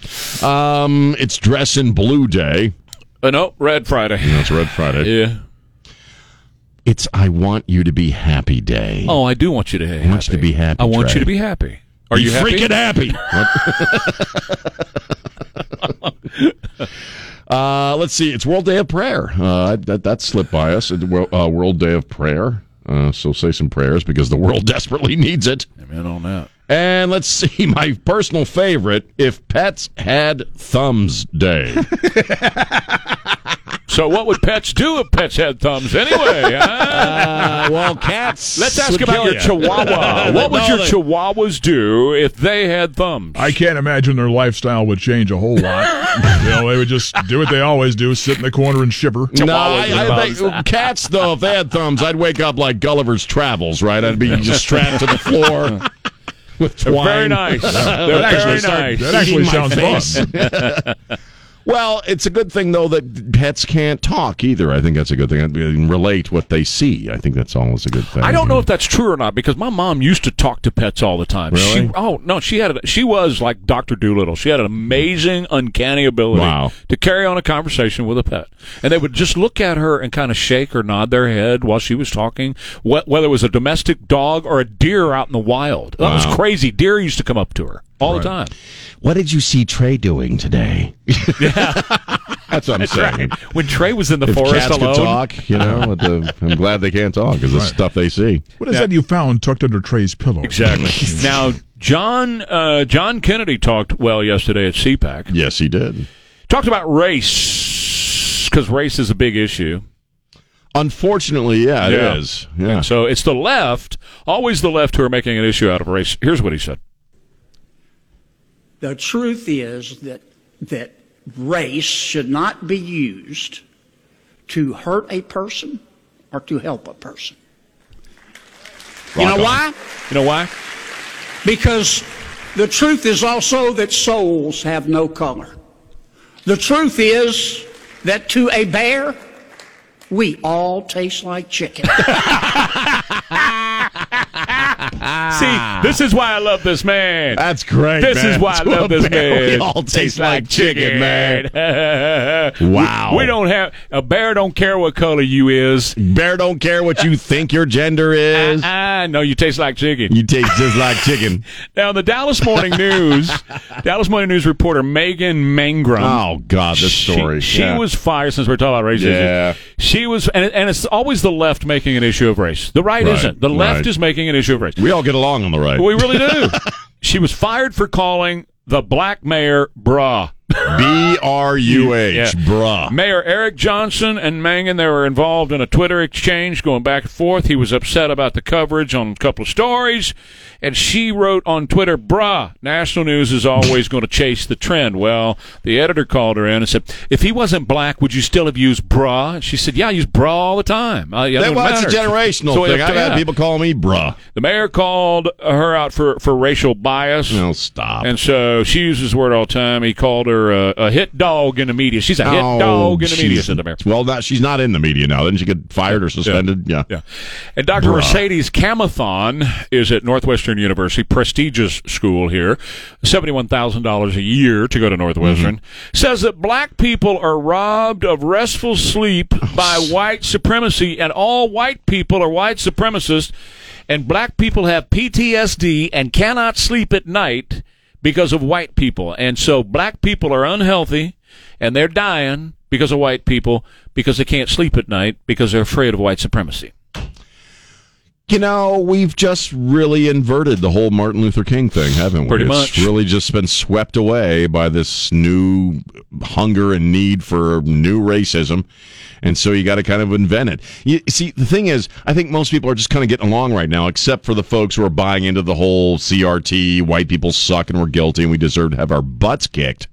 S1: Um, it's Dress in Blue Day.
S2: Uh, no, Red Friday.
S1: That's Red Friday.
S2: Yeah.
S1: It's I Want You to Be Happy Day.
S2: Oh, I do want you to be happy.
S1: want you to be happy,
S2: I want
S1: Trey.
S2: you to be happy. Are you,
S1: Be
S2: happy?
S1: freaking happy? uh, let's see. It's World Day of Prayer. Uh, that that slipped by us. It's Wo- uh, World Day of Prayer. Uh, so say some prayers because the world desperately needs it.
S2: I'm in on that.
S1: And let's see my personal favorite: If Pets Had Thumbs Day.
S2: So, what would pets do if pets had thumbs anyway? huh?
S1: Uh, well, cats.
S2: Let's ask
S1: would
S2: about
S1: kill
S2: your
S1: ya.
S2: chihuahua. what would
S1: No,
S2: your
S1: they-
S2: chihuahuas do if they had thumbs?
S3: I can't imagine their lifestyle would change a whole lot. you know, they would just do what they always do, sit in the corner and shiver.
S1: No,
S2: Chihuahuas
S1: I,
S2: and
S1: I think cats though. If they had thumbs, I'd wake up like Gulliver's Travels, right? I'd be just strapped to the floor with twine.
S2: Very nice. They're
S3: That
S2: very
S3: actually sounds-
S2: nice.
S3: that actually
S1: Eating my
S3: sounds fun.
S1: face. Well, it's a good thing though that pets can't talk either. I think that's a good thing. They can relate what they see. I think that's always a good thing.
S2: I don't know if that's true or not because my mom used to talk to pets all the time.
S1: Really?
S2: She, oh no, she had a, she was like Doctor Doolittle. She had an amazing, uncanny ability
S1: Wow.
S2: to carry on a conversation with a pet, and they would just look at her and kind of shake or nod their head while she was talking, wh- whether it was a domestic dog or a deer out in the wild. That was crazy. Deer used to come up to her all the time.
S1: What did you see Trey doing today? that's what I'm saying.
S2: When Trey was in the
S1: If
S2: forest
S1: cats
S2: alone,
S1: could talk, you know, with the, I'm glad they can't talk because it's stuff they see.
S3: What is that you found tucked under Trey's pillow?
S2: exactly. now. John uh, John Kennedy talked well yesterday at CPAC.
S1: Yes, he did.
S2: talked about race because race is a big issue.
S1: Unfortunately, yeah, it is.
S2: Yeah.
S1: Yeah.
S2: So it's the left, always the left, who are making an issue out of race. Here's what he said.
S4: The truth is that, that race should not be used to hurt a person or to help a person. you know
S1: Rock on.
S4: why?
S2: You know why?
S4: Because the truth is also that souls have no color. The truth is that to a bear, we all taste like chicken.
S2: See, this is why I love this man.
S1: That's great.
S2: this
S1: man.
S2: is why I
S1: To a
S2: love this
S1: bear,
S2: man.
S1: We all taste like chicken, man.
S2: man.
S1: Wow.
S2: We, we don't have a bear. Don't care what color you is.
S1: Bear don't care what you think your gender is.
S2: I know you taste like chicken.
S1: You taste just like chicken.
S2: Now the Dallas Morning News, Dallas Morning News reporter Megan Mangrum.
S1: Oh God, this
S2: she,
S1: story.
S2: She
S1: Yeah.
S2: was fired since we're talking about race
S1: Yeah.
S2: issues. She was, and, and it's always the left making an issue of race. The right,
S1: Right,
S2: isn't. The left
S1: right.
S2: is making an issue of race.
S1: We all get along on the right.
S2: We really do. she was fired for calling the black mayor brah.
S1: B R U
S2: Yeah.
S1: H, bruh.
S2: Mayor Eric Johnson and Mangan, they were involved in a Twitter exchange going back and forth. He was upset about the coverage on a couple of stories, and she wrote on Twitter, bruh, national news is always going to chase the trend. Well, the editor called her in and said, if he wasn't black, would you still have used bruh? And she said, yeah, I use bruh all the time. I, it
S1: That,
S2: doesn't
S1: well, that's a
S2: matter."
S1: generational
S2: So it-
S1: thing. I've
S2: yeah.
S1: had people call me bruh.
S2: The mayor called her out for, for racial bias.
S1: No, stop.
S2: And so she uses the word all the time. He called her a, a hit dog in the media. She's a hit
S1: Oh,
S2: dog in the media,
S1: she's-
S2: said the mayor.
S1: Well, not, she's not in the media now. Then she get fired or suspended. Yeah.
S2: Yeah. And Dr.
S1: Bruh.
S2: Mercedes Camathon is at Northwestern University, prestigious school here, $71,000 a year to go to Northwestern,
S1: Mm-hmm.
S2: says that black people are robbed of restful sleep by white supremacy, and all white people are white supremacists, and black people have PTSD and cannot sleep at night because of white people. And so black people are unhealthy and they're dying because of white people because they can't sleep at night because they're afraid of white supremacy.
S1: You know, we've just really inverted the whole Martin Luther King thing, haven't we?
S2: Pretty
S1: it's
S2: much.
S1: really just been swept away by this new hunger and need for new racism. And so you got to kind of invent it. You see, the thing is, I think most people are just kind of getting along right now, except for the folks who are buying into the whole CRT, white people suck and we're guilty and we deserve to have our butts kicked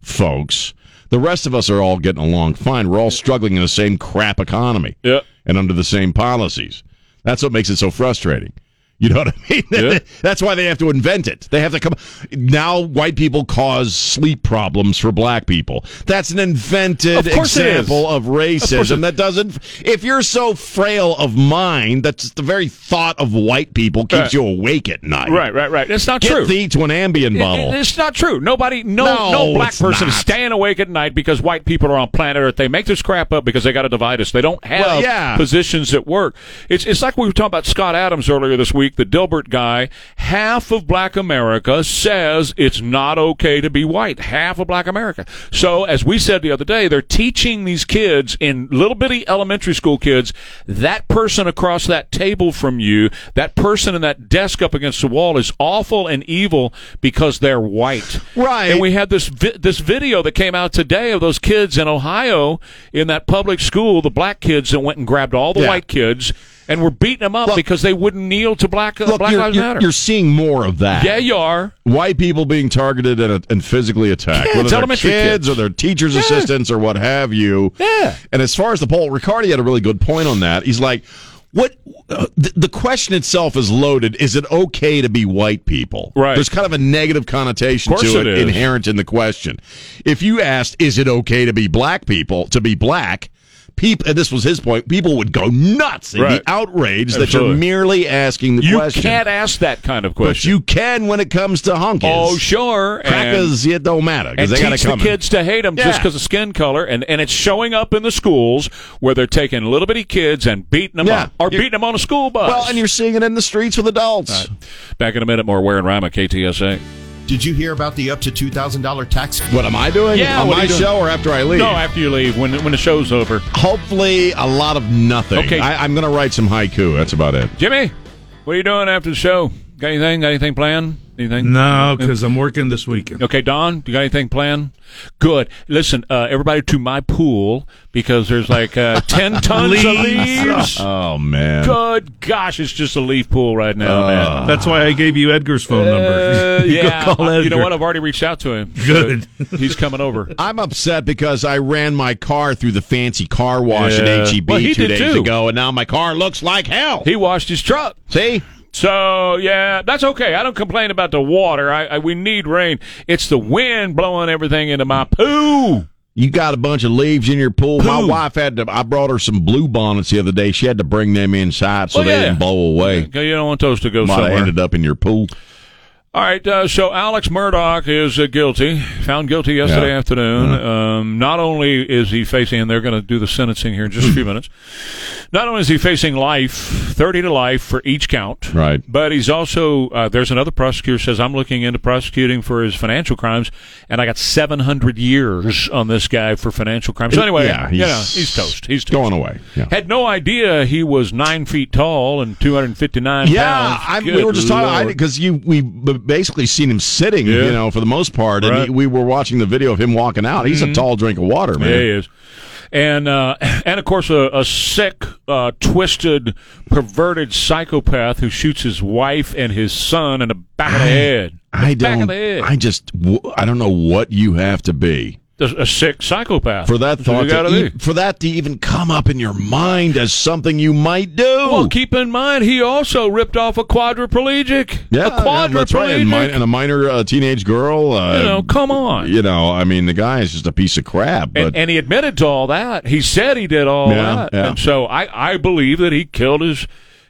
S1: folks. The rest of us are all getting along fine. We're all struggling in the same crap economy
S2: Yep.
S1: and under the same policies. That's what makes it so frustrating. You know what I mean?
S2: Yeah.
S1: That's why they have to invent it. They have to come. Now, white people cause sleep problems for black people. That's an invented
S2: Of course it is.
S1: example of racism that doesn't. If you're so frail of mind, that's the very thought of white people keeps
S2: Right.
S1: you awake at night.
S2: Right, right, right. That's not
S1: Get
S2: true.
S1: thee to an Ambien
S2: It-
S1: bottle.
S2: it- it's not true. Nobody, no, no,
S1: No,
S2: black
S1: it's
S2: person is
S1: not.
S2: staying awake at night because white people are on planet Earth. They make this crap up because they got to divide us. They don't have
S1: Well, yeah.
S2: positions at work. It's it's like we were talking about Scott Adams earlier this week, the Dilbert guy. Half of Black America says it's not okay to be white. Half of Black America. So as we said the other day, they're teaching these kids in little bitty elementary school kids that person across that table from you, that person in that desk up against the wall is awful and evil because they're white.
S1: Right.
S2: And we had this vi- this video that came out today of those kids in Ohio in that public school, the black kids that went and grabbed all the
S1: Yeah.
S2: white kids and were beating them up
S1: Look-
S2: because they wouldn't kneel to black uh,
S1: Look,
S2: Black
S1: you're,
S2: Lives
S1: you're-
S2: Matter.
S1: you're seeing more of that.
S2: yeah, you are.
S1: white people being targeted and, and physically attacked,
S2: Kids,
S1: whether they're kids,
S2: elementary kids.
S1: or their teachers' assistants or what have you.
S2: Yeah.
S1: And as far as the poll, Riccardi had a really good point on that. He's like, what uh, th- the question itself is loaded. Is it okay to be white people?
S2: Right.
S1: There's kind of a negative connotation
S2: Course
S1: to
S2: it
S1: it,
S2: is.
S1: inherent in the question. If you asked, is it okay to be black people to be black? People, and this was his point. People would go nuts and
S2: Right.
S1: be outraged that
S2: Absolutely.
S1: you're merely asking the
S2: You
S1: question.
S2: can't ask that kind of
S1: but
S2: question.
S1: you can when it comes to honkies.
S2: oh, sure. and-
S1: crackers, it don't matter
S2: and
S1: because they got
S2: teach
S1: to come.
S2: the kids to hate them just
S1: Yeah.
S2: because of skin color, and, and it's showing up in the schools where they're taking little bitty kids and beating them
S1: Yeah.
S2: up or
S1: You're-
S2: beating them on a school bus.
S1: Well, and you're seeing it in the streets with adults.
S2: back in a minute more. Where and Rhyme at KTSA.
S7: Did you hear about the up to $2,000 tax?
S1: What am I doing
S2: Yeah,
S1: on
S2: what are
S1: my
S2: you doing?
S1: show or after I leave?
S2: No, after you leave, when when the show's over,
S1: Hopefully, a lot of nothing.
S2: Okay.
S1: I, I'm going to write some haiku. That's about it.
S2: Jimmy, what are you doing after the show? Got anything? Got anything planned? Anything?
S8: No, because I'm working this weekend.
S2: Okay, Don, you got anything planned? Good. Listen, uh, everybody to my pool because there's like uh, 10 tons of leaves.
S1: Oh man.
S2: Good gosh, it's just a leaf pool right now, man.
S8: That's why I gave you Edgar's phone Oh, number.
S2: Uh, yeah,
S8: Go call
S2: I- you know
S8: Edgar.
S2: what? I've already reached out to him.
S8: Good.
S2: So he's coming over.
S1: I'm upset because I ran my car through the fancy car wash
S2: Yeah.
S1: at HEB
S2: Well, he
S1: two
S2: did
S1: days
S2: too.
S1: ago, and now my car looks like hell.
S2: He washed his truck.
S1: See?
S2: So yeah, that's okay. I don't complain about the water. I, I we need rain. It's the wind blowing everything into my poo.
S1: You got a bunch of leaves in your pool. My
S2: Poo.
S1: wife had to. I brought her some blue bonnets the other day. She had to bring them inside so
S2: Well,
S1: they
S2: yeah.
S1: didn't blow away.
S2: You don't want those to go
S1: Might have
S2: somewhere.
S1: ended up in your pool.
S2: All right, uh, so Alex Murdoch is uh, guilty, found guilty yesterday
S1: Yeah.
S2: afternoon. Um, not only is he facing, and they're going to do the sentencing here in just a few minutes, not only is he facing life, 30 to life for each count,
S1: Right.
S2: but he's also, uh, there's another prosecutor says, I'm looking into prosecuting for his financial crimes, and I got 700 years on this guy for financial crimes. So anyway,
S1: yeah,
S2: yeah,
S1: he's,
S2: he's, toast. He's toast.
S1: going away. Yeah.
S2: Had no idea he was nine feet tall and 259
S1: Yeah,
S2: pounds.
S1: I, we
S2: Good
S1: were just talking
S2: Lord.
S1: because you we b- basically seen him sitting,
S2: Yeah.
S1: you know, for the most part, and
S2: Right. Mm-hmm.
S1: he, we were watching the video of him walking out. He's a tall drink of water, man.
S2: Yeah, he is. And uh, and of course, a, a sick, uh, twisted, perverted psychopath who shoots his wife and his son in the back of the head.
S1: I
S2: The back of
S1: don't.
S2: the head.
S1: I just. w- I don't know what you have to be
S2: a, a sick psychopath
S1: for that
S2: That's what
S1: thought
S2: you
S1: to
S2: gotta
S1: e-
S2: be.
S1: for that to even come up in your mind as something you might do.
S2: Well, keep in mind he also ripped off a quadriplegic.
S1: yeah,
S2: a
S1: yeah,
S2: quadriplegic.
S1: that's right. And, min- and a minor uh, teenage girl. Uh,
S2: you know, come on.
S1: you know, I mean, the guy is just a piece of crap. But
S2: and, and he admitted to all that. He said he did all
S1: Yeah,
S2: that.
S1: yeah.
S2: And so I, I believe that he killed his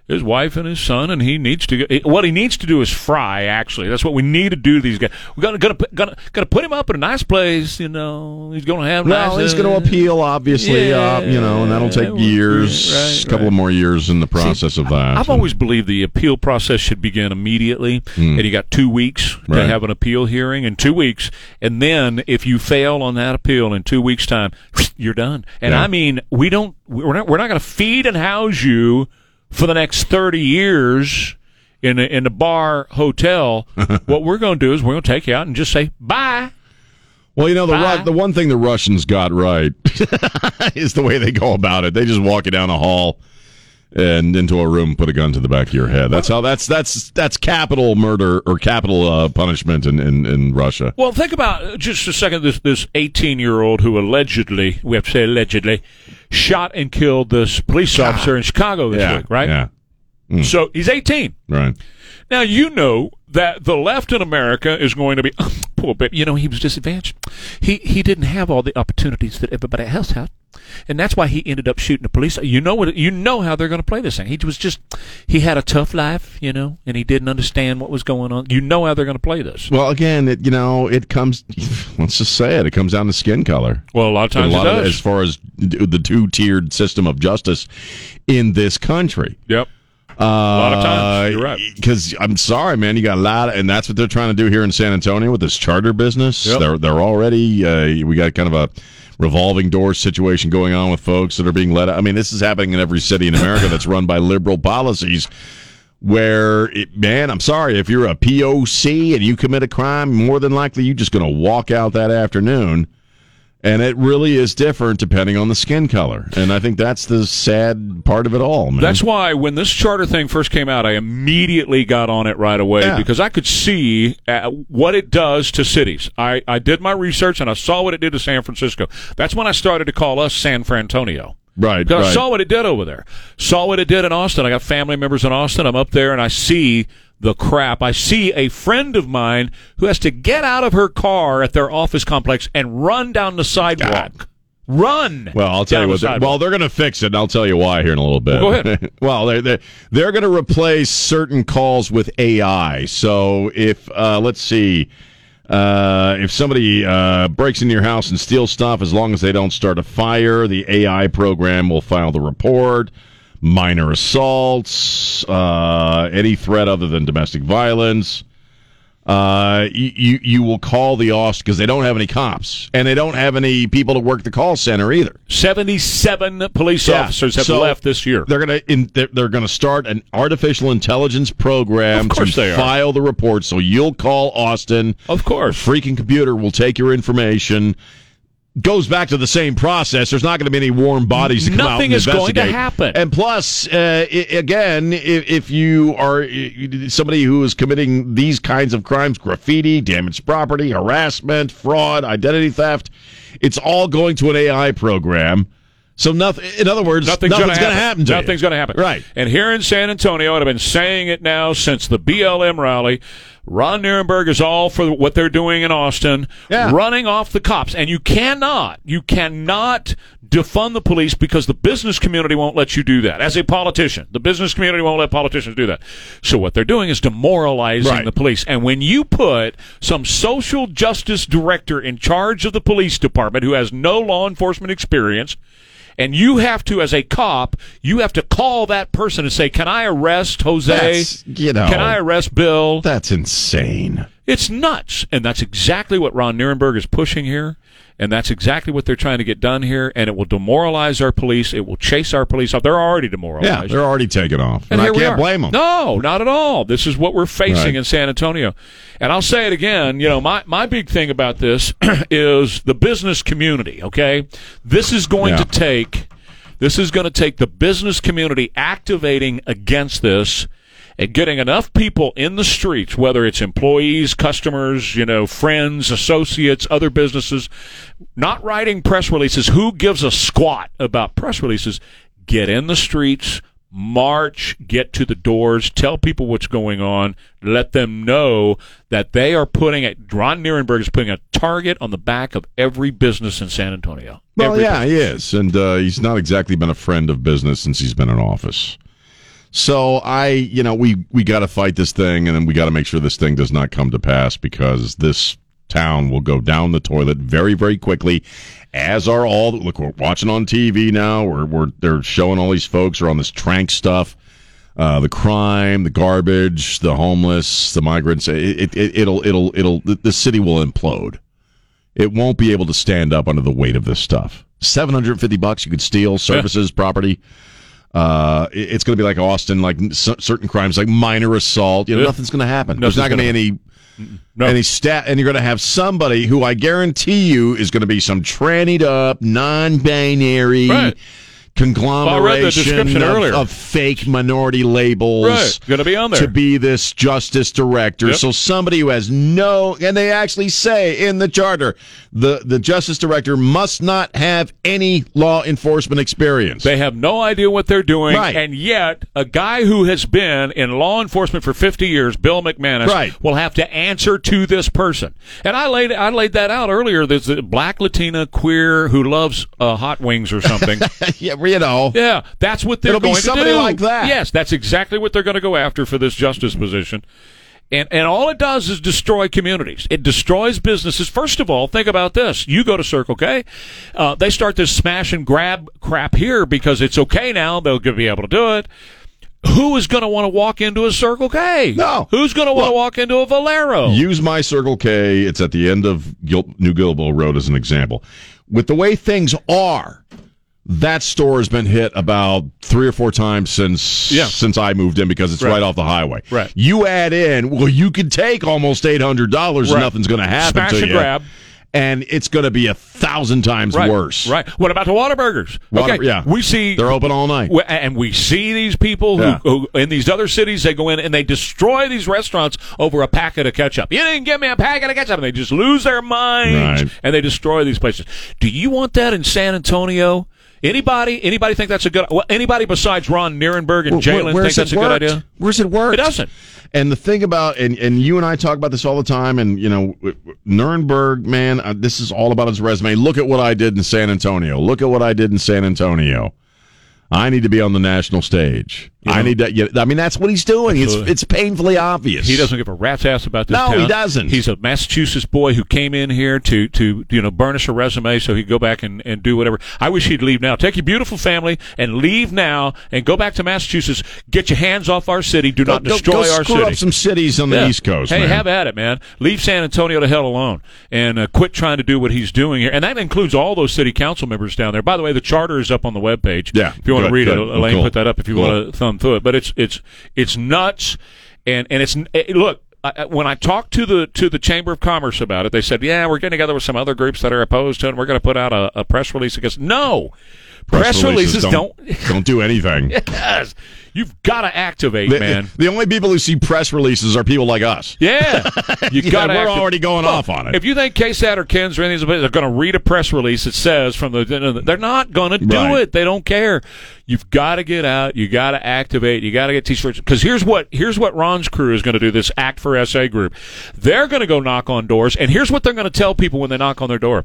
S2: his wife and his son, and he needs to. Go, what he needs to do is fry. Actually, that's what we need to do. to These guys, we're gonna gonna put- gonna gonna put him up in a nice place. You know, he's gonna have.
S1: No,
S2: nice,
S1: he's going to appeal, obviously. Uh, you know, and that'll
S2: Yeah,
S1: take
S2: well,
S1: years,
S2: yeah, right,
S1: a couple
S2: right.
S1: more years in the process of that.
S2: I've always believed the appeal process should begin immediately, and you got two weeks to
S1: Hmm. Right.
S2: have an appeal hearing in two weeks, and then if you fail on that appeal in two weeks' time, you're done. And
S1: Yeah.
S2: I mean, we don't, we're not, we're not going to feed and house you for the next thirty years in a, in a bar hotel. what we're going to do is we're going to take you out and just say bye.
S1: well, you know, the
S2: Bye.
S1: Ru- the one thing the Russians got right is the way they go about it. They just walk you down a hall and into a room, put a gun to the back of your head. That's how. That's that's that's capital murder or capital uh, punishment in, in in Russia.
S2: Well, think about uh, just a second this this 18 year old who allegedly, we have to say allegedly, shot and killed this police officer in Chicago this
S1: yeah,
S2: week, right?
S1: Yeah,
S2: So he's 18.
S1: right.
S2: Now, you know that the left in America is going to be, poor baby, you know, he was disadvantaged. He, he didn't have all the opportunities that everybody else had. And that's why he ended up shooting the police. You know what? You know how they're going to play this thing. He was just, he had a tough life, you know, and he didn't understand what was going on. You know how they're going to play this.
S1: Well, again, it you know, it comes. Let's just say it. It comes down to skin color.
S2: Well, a lot of
S1: a
S2: times
S1: lot
S2: it
S1: of,
S2: does.
S1: as far as the two tiered system of justice in this country.
S2: yep. a lot of times. You're right.
S1: Because Uh, I'm sorry, man, you got a lot, of- and that's what they're trying to do here in San Antonio with this charter business.
S2: Yep.
S1: They're they're already uh, we got kind of a revolving door situation going on with folks that are being let. out. I mean, this is happening in every city in America that's run by liberal policies. Where it, man, I'm sorry if you're a POC and you commit a crime, more than likely you're just going to walk out that afternoon. And it really is different depending on the skin color, and I think that's the sad part of it all. Man.
S2: That's why when this charter thing first came out, I immediately got on it right away
S1: Yeah.
S2: because I could see uh, what it does to cities. I, I did my research and I saw what it did to San Francisco. That's when I started to call us San Frantonio.
S1: Right,
S2: Because I
S1: right.
S2: saw what it did over there. Saw what it did in Austin. I got family members in Austin. I'm up there and I see the crap. I see a friend of mine who has to get out of her car at their office complex and run down the sidewalk. Run.
S1: Well, I'll tell you
S2: down the
S1: what. They're,
S2: sidewalk.
S1: well, they're going to fix it, and I'll tell you why here in a little bit.
S2: Well, go ahead.
S1: well, they're they're, they're going to replace certain calls with AI. So if uh, let's see, uh, if somebody uh, breaks into your house and steals stuff, as long as they don't start a fire, the AI program will file the report. Minor assaults, uh, any threat other than domestic violence. Uh, you, you you will call the Austin because they don't have any cops and they don't have any people to work the call center either.
S2: 77 police
S1: Yeah.
S2: officers have
S1: So-
S2: left this year.
S1: They're gonna in, they're, they're gonna start an artificial intelligence program
S2: Of course
S1: to
S2: they are.
S1: file the report. So you'll call Austin.
S2: Of course.
S1: A freaking computer will take your information. Goes back to the same process. There's not going to be any warm bodies to come out
S2: Nothing
S1: and
S2: is going to
S1: investigate.
S2: happen.
S1: And plus, uh, i- again, if, if you are uh, somebody who is committing these kinds of crimes, graffiti, damaged property, harassment, fraud, identity theft, it's all going to an AI program. So nothing. In other words,
S2: Nothing's,
S1: going
S2: to
S1: to happen. to you.
S2: Nothing's going to happen.
S1: Right.
S2: And here in San Antonio, and I've been saying it now since the BLM rally, Ron Nirenberg is all for what they're doing in Austin,
S1: Yeah.
S2: running off the cops. And you cannot, you cannot defund the police because the business community won't let you do that. As a politician, the business community won't let politicians do that. So what they're doing is demoralizing
S1: Right.
S2: the police. And when you put some social justice director in charge of the police department who has no law enforcement experience, and you have to, as a cop, you have to call that person and say, "Can I arrest Jose?
S1: That's- you know.
S2: Can I arrest Bill?"
S1: That's insane.
S2: It's nuts, and that's exactly what Ron Nirenberg is pushing here, and that's exactly what they're trying to get done here. And it will demoralize our police. It will chase our police off. They're already
S1: Yeah,
S2: demoralized.
S1: they're already taken off, and,
S2: and
S1: I
S2: here we
S1: can't
S2: are.
S1: blame them.
S2: No, not at all. This is what we're facing
S1: Right.
S2: in San Antonio. And I'll say it again, you know, my, my big thing about this is the business community, okay? This is going
S1: Yeah.
S2: to take this is going to take the business community activating against this and getting enough people in the streets, whether it's employees, customers, you know, friends, associates, other businesses, not writing press releases. Who gives a squat about press releases? Get in the streets, march, get to the doors, tell people what's going on, let them know that they are putting a Ron Nirenberg is putting a target on the back of every business in San Antonio.
S1: Well,
S2: Every
S1: yeah, he is, and uh, he's not exactly been a friend of business since he's been in office. So I, you know, we we got to fight this thing, and then we got to make sure this thing does not come to pass because this town will go down the toilet very, very quickly. As are all look, we're watching on TV now. We're, we're they're showing all these folks are on this trank stuff, uh, the crime, the garbage, the homeless, the migrants. It, it, it'll it'll it'll the- the city will implode it won't be able to stand up under the weight of this stuff. 750 bucks you could steal services, property. Uh, it- it's going to be like Austin, like n- cer- certain crimes, like minor assault. You know,
S2: Yeah.
S1: nothing's going to happen. There's not
S2: Nothing's
S1: going to be any
S2: No.
S1: any stat, and you're going to have somebody who I guarantee you is going to be some trannied up, non-binary
S2: Right.
S1: conglomeration
S2: Well, I read the description
S1: of,
S2: earlier.
S1: of fake minority labels.
S2: Right. Gonna be on there.
S1: to be this justice director.
S2: Yep.
S1: So somebody who has no, and they actually say in the charter, the the justice director must not have any law enforcement experience.
S2: They have no idea what they're doing,
S1: Right.
S2: and yet a guy who has been in law enforcement for 50 years, Bill McManus,
S1: Right.
S2: will have to answer to this person. And I laid I laid that out earlier. There's a black Latina queer who loves uh, hot wings or something.
S1: yeah, you know.
S2: yeah, that's what they're
S1: It'll be
S2: going
S1: somebody
S2: to do.
S1: like that.
S2: Yes, that's exactly what they're going to go after for this justice position. And, and all it does is destroy communities. It destroys businesses. First of all, think about this. You go to Circle K, uh, they start this smash and grab crap here because it's okay now. They'll be able to do it. Who is going to want to walk into a Circle K?
S1: No.
S2: Who's going to want to
S1: Look,
S2: walk into a Valero?
S1: Use my Circle K. It's at the end of Gil- New Gilbo Road as an example. With the way things are, that store has been hit about three or four times since
S2: Yeah.
S1: since I moved in because it's right, off the highway.
S2: Right.
S1: You add in, well, you could take almost eight hundred dollars,
S2: Right.
S1: and nothing's going to happen
S2: Smash
S1: to
S2: and
S1: you.
S2: grab.
S1: And it's going to be a thousand times
S2: right,
S1: worse.
S2: Right. What about the Whataburgers?
S1: Whata-
S2: okay.
S1: yeah.
S2: We see
S1: They're open all night.
S2: We- and we see these people who,
S1: Yeah.
S2: who in these other cities they go in and they destroy these restaurants over a packet of ketchup. You didn't give me a packet of ketchup, and they just lose their minds
S1: Right.
S2: and they destroy these places. Do you want that in San Antonio? Anybody anybody think that's a good well, anybody besides Ron Nierenberg and
S1: Where-
S2: Jalen
S1: where's
S2: think
S1: it
S2: that's a
S1: worked?
S2: good idea?
S1: Where's it work?
S2: It doesn't.
S1: And the thing about and and you and I talk about this all the time. And you know, w- w- Nuremberg, man, uh, this is all about his resume. Look at what I did in San Antonio. Look at what I did in San Antonio. I need to be on the national stage. I need to. Get, I mean, that's what he's doing. It's
S2: Absolutely.
S1: it's painfully obvious.
S2: He doesn't give a rat's ass about this.
S1: No, he
S2: town.
S1: doesn't.
S2: He's a Massachusetts boy who came in here to to you know burnish a resume so he'd go back and, and do whatever. I wish he'd leave now. Take your beautiful family and leave now and go back to Massachusetts. Get your hands off our city. Do
S1: Go-
S2: not
S1: go-
S2: destroy
S1: go
S2: our
S1: screw
S2: city.
S1: up some cities on the
S2: Yeah.
S1: East Coast.
S2: Hey,
S1: man.
S2: have at it, man. Leave San Antonio to hell alone and uh, quit trying to do what he's doing here. And that includes all those city council members down there. By the way, the charter is up on the webpage.
S1: Yeah,
S2: If you want
S1: good,
S2: to read
S1: good.
S2: it, Elaine
S1: Cool.
S2: put that up if you
S1: Cool.
S2: want to thumb through it. But it's it's it's nuts and and it's it, look I, I- when I talked to the to the Chamber of Commerce about it, they said, "Yeah, we're getting together with some other groups that are opposed to it. And we're going to put out a, a press release against." No, press, releases, don't.
S1: don't do anything.
S2: Yes. You've got to activate,
S1: The-
S2: man.
S1: the only people who see press releases are people like us.
S2: Yeah, you
S1: Yeah,
S2: got.
S1: we're already going off on it.
S2: If you think KSAT or Kins or anything, they're going to read a press release that says from the, they're not going to do
S1: Right.
S2: it. They don't care. You've got to get out. You got to activate. You got to get t-shirts because here's what here's what Ron's crew is going to do. This Act for SA group, they're going to go knock on doors, and here's what they're going to tell people when they knock on their door: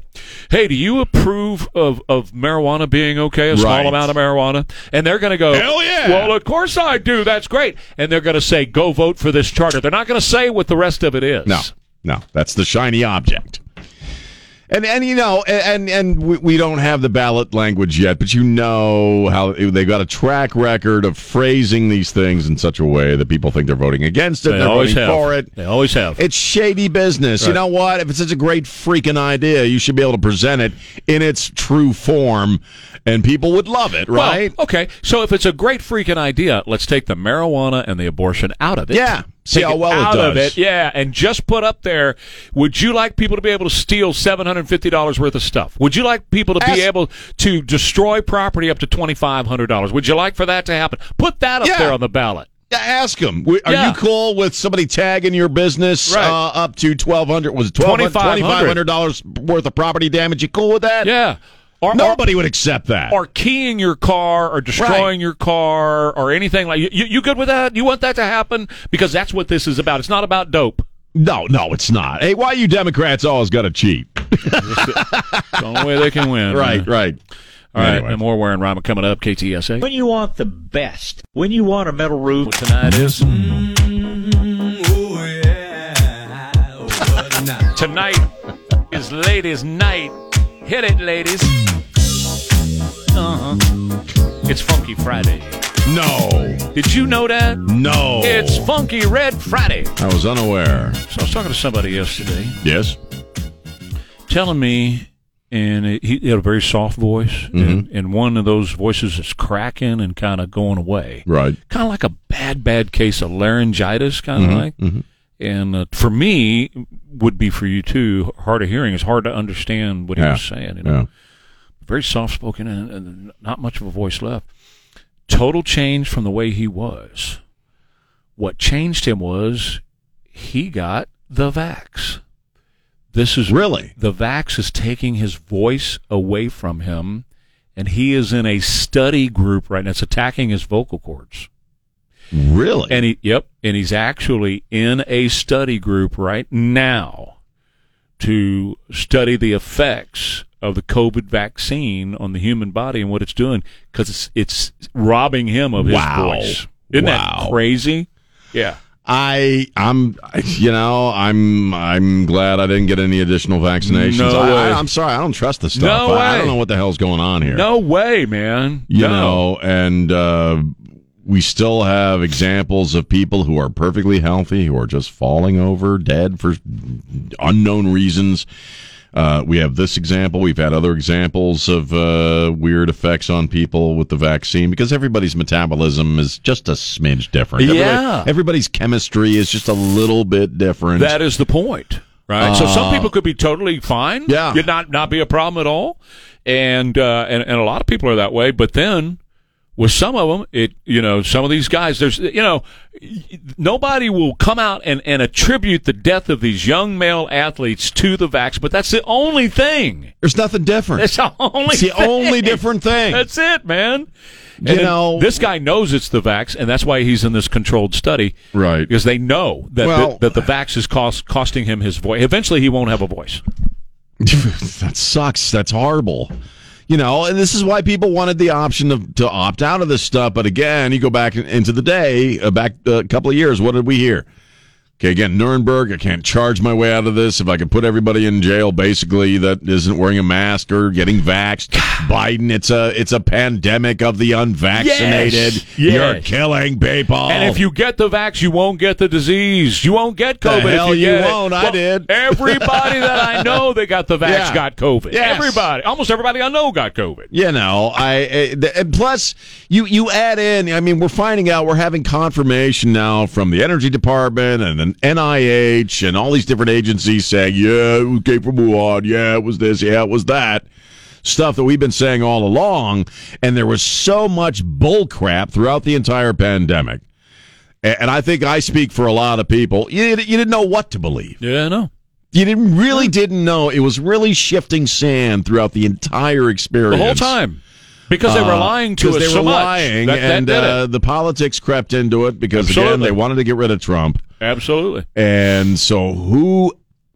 S2: Hey, do you approve of of marijuana being okay? A small
S1: Right.
S2: amount of marijuana, and they're going to go,
S1: Hell yeah.
S2: Well, of course I do. That's great. And they're going to say, go vote for this charter. They're not going to say what the rest of it is.
S1: No, no, that's the shiny object. And and you know and and we, we don't have the ballot language yet, but you know how they've got a track record of phrasing these things in such a way that people think they're voting against it,
S2: They
S1: are
S2: always
S1: voting
S2: have.
S1: for it.
S2: They always have.
S1: It's shady business. You
S2: Right.
S1: know what? If it's such a great freaking idea, you should be able to present it in its true form, and people would love it,
S2: Well,
S1: right?
S2: okay. So if it's a great freaking idea, let's take the marijuana and the abortion out of it.
S1: Yeah. See
S2: Take
S1: how well it
S2: out of
S1: does.
S2: it. Yeah, and just put up there. Would you like people to be able to steal seven hundred fifty dollars worth of stuff? Would you like people to
S1: Ask-
S2: be able to destroy property up to twenty five hundred dollars? Would you like for that to happen? Put that up
S1: Yeah.
S2: there on the ballot.
S1: Yeah, Ask them. Are
S2: Yeah.
S1: you cool with somebody tagging your business
S2: Right.
S1: uh, up to twelve hundred? Was it twenty-five hundred dollars worth of property damage? You cool with that?
S2: Yeah. Or, or-
S1: Nobody would accept that.
S2: or keying your car or destroying
S1: Right.
S2: your car or anything like you, you you good with that you want that to happen because that's what this is about it's not about dope
S1: no, no, it's not. Hey, why you Democrats always got to cheat?
S2: it's the only way they can win
S1: Right, right.
S2: all right
S1: Anyway.
S2: and more wearing rhyme coming up ktsa
S9: When you want the best, when you want a metal roof tonight,
S2: Mm, tonight is ladies night hit it ladies uh-huh it's funky friday
S1: No,
S2: did you know that
S1: no.
S2: it's funky red friday
S1: Oh. I was unaware.
S2: so i was talking to somebody yesterday
S1: Yes.
S2: telling me, and it, he had a very soft voice,
S1: Mm-hmm.
S2: and, and one of those voices is cracking and kind of going away,
S1: Right.
S2: kind of like a bad, bad case of laryngitis, kind
S1: Mm-hmm,
S2: of like. And uh, for me, would be for you too. Hard of hearing is hard to understand what he
S1: Yeah.
S2: was saying. You know?
S1: Yeah.
S2: Very soft spoken and, and not much of a voice left. Total change from the way he was. What changed him was he got the vax. This is
S1: Really?
S2: the vax is taking his voice away from him, and he is in a study group right now. It's attacking his vocal cords.
S1: Really?
S2: And he, yep, and he's actually in a study group right now to study the effects of the COVID vaccine on the human body and what it's doing because it's it's robbing him of his
S1: Wow.
S2: voice. Isn't
S1: Wow.
S2: that crazy? Yeah.
S1: I I'm you know I'm I'm glad I didn't get any additional vaccinations.
S2: No
S1: I,
S2: way.
S1: I, am sorry, I don't trust this
S2: No
S1: stuff. I, I
S2: way.
S1: don't know what the hell's going on here.
S2: No way, man.
S1: you
S2: No.
S1: know, and uh, we still have examples of people who are perfectly healthy who are just falling over dead for unknown reasons. Uh, we have this example. We've had other examples of uh, weird effects on people with the vaccine because everybody's metabolism is just a smidge different.
S2: Yeah.
S1: everybody's chemistry is just a little bit different.
S2: That is the point, right? so some people could be totally fine.
S1: yeah.
S2: you'd not not be a problem at all, and uh, and and a lot of people are that way. But then With some of them, it you know some of these guys, there's you know nobody will come out and, and attribute the death of these young male athletes to the vax, but that's the only thing.
S1: There's nothing different.
S2: That's the only.
S1: It's the
S2: thing.
S1: only different thing.
S2: That's it, man.
S1: You
S2: And
S1: know-
S2: this guy knows it's the vax, and that's why he's in this controlled study,
S1: Right.
S2: Because they know that
S1: Well-
S2: the, that the vax is cost, costing him his voice. Eventually, he won't have a voice.
S1: that sucks. That's horrible. You know, and this is why people wanted the option of, to opt out of this stuff. But again, you go back in- into the day, uh, back uh, a couple of years, what did we hear? Okay, again, Nuremberg, I can't charge my way out of this. If I can put everybody in jail, basically, that isn't wearing a mask or getting vaxxed. Biden, it's a it's a pandemic of the unvaccinated.
S2: Yes, yes.
S1: You're killing people.
S2: And if you get the vax, you won't get the disease. You won't get
S1: Oh. The
S2: COVID.
S1: hell
S2: if you,
S1: you
S2: get it.
S1: won't. I
S2: Well,
S1: did.
S2: Everybody that I know that got the vax
S1: Yeah.
S2: got COVID.
S1: Yes.
S2: Everybody, almost everybody I know got COVID.
S1: You know, I eh, th- and plus you you add in. I mean, we're finding out we're having confirmation now from the Energy Department and the NIH and all these different agencies saying, yeah, it came from Wuhan. Yeah, it was this. Yeah, it was that. Stuff that we've been saying all along, and there was so much bull crap throughout the entire pandemic. A- And I think I speak for a lot of people. You, you didn't know what to believe.
S2: Yeah, I know.
S1: You didn't really didn't know. It was really shifting sand throughout the entire experience.
S2: The whole time. Because they were
S1: Uh,
S2: lying to us
S1: because they
S2: so
S1: were
S2: much.
S1: lying,
S2: That- that
S1: and
S2: did it.
S1: uh, the politics crept into it because again
S2: Absolutely.
S1: they wanted to get rid of Trump,
S2: Absolutely.
S1: and so who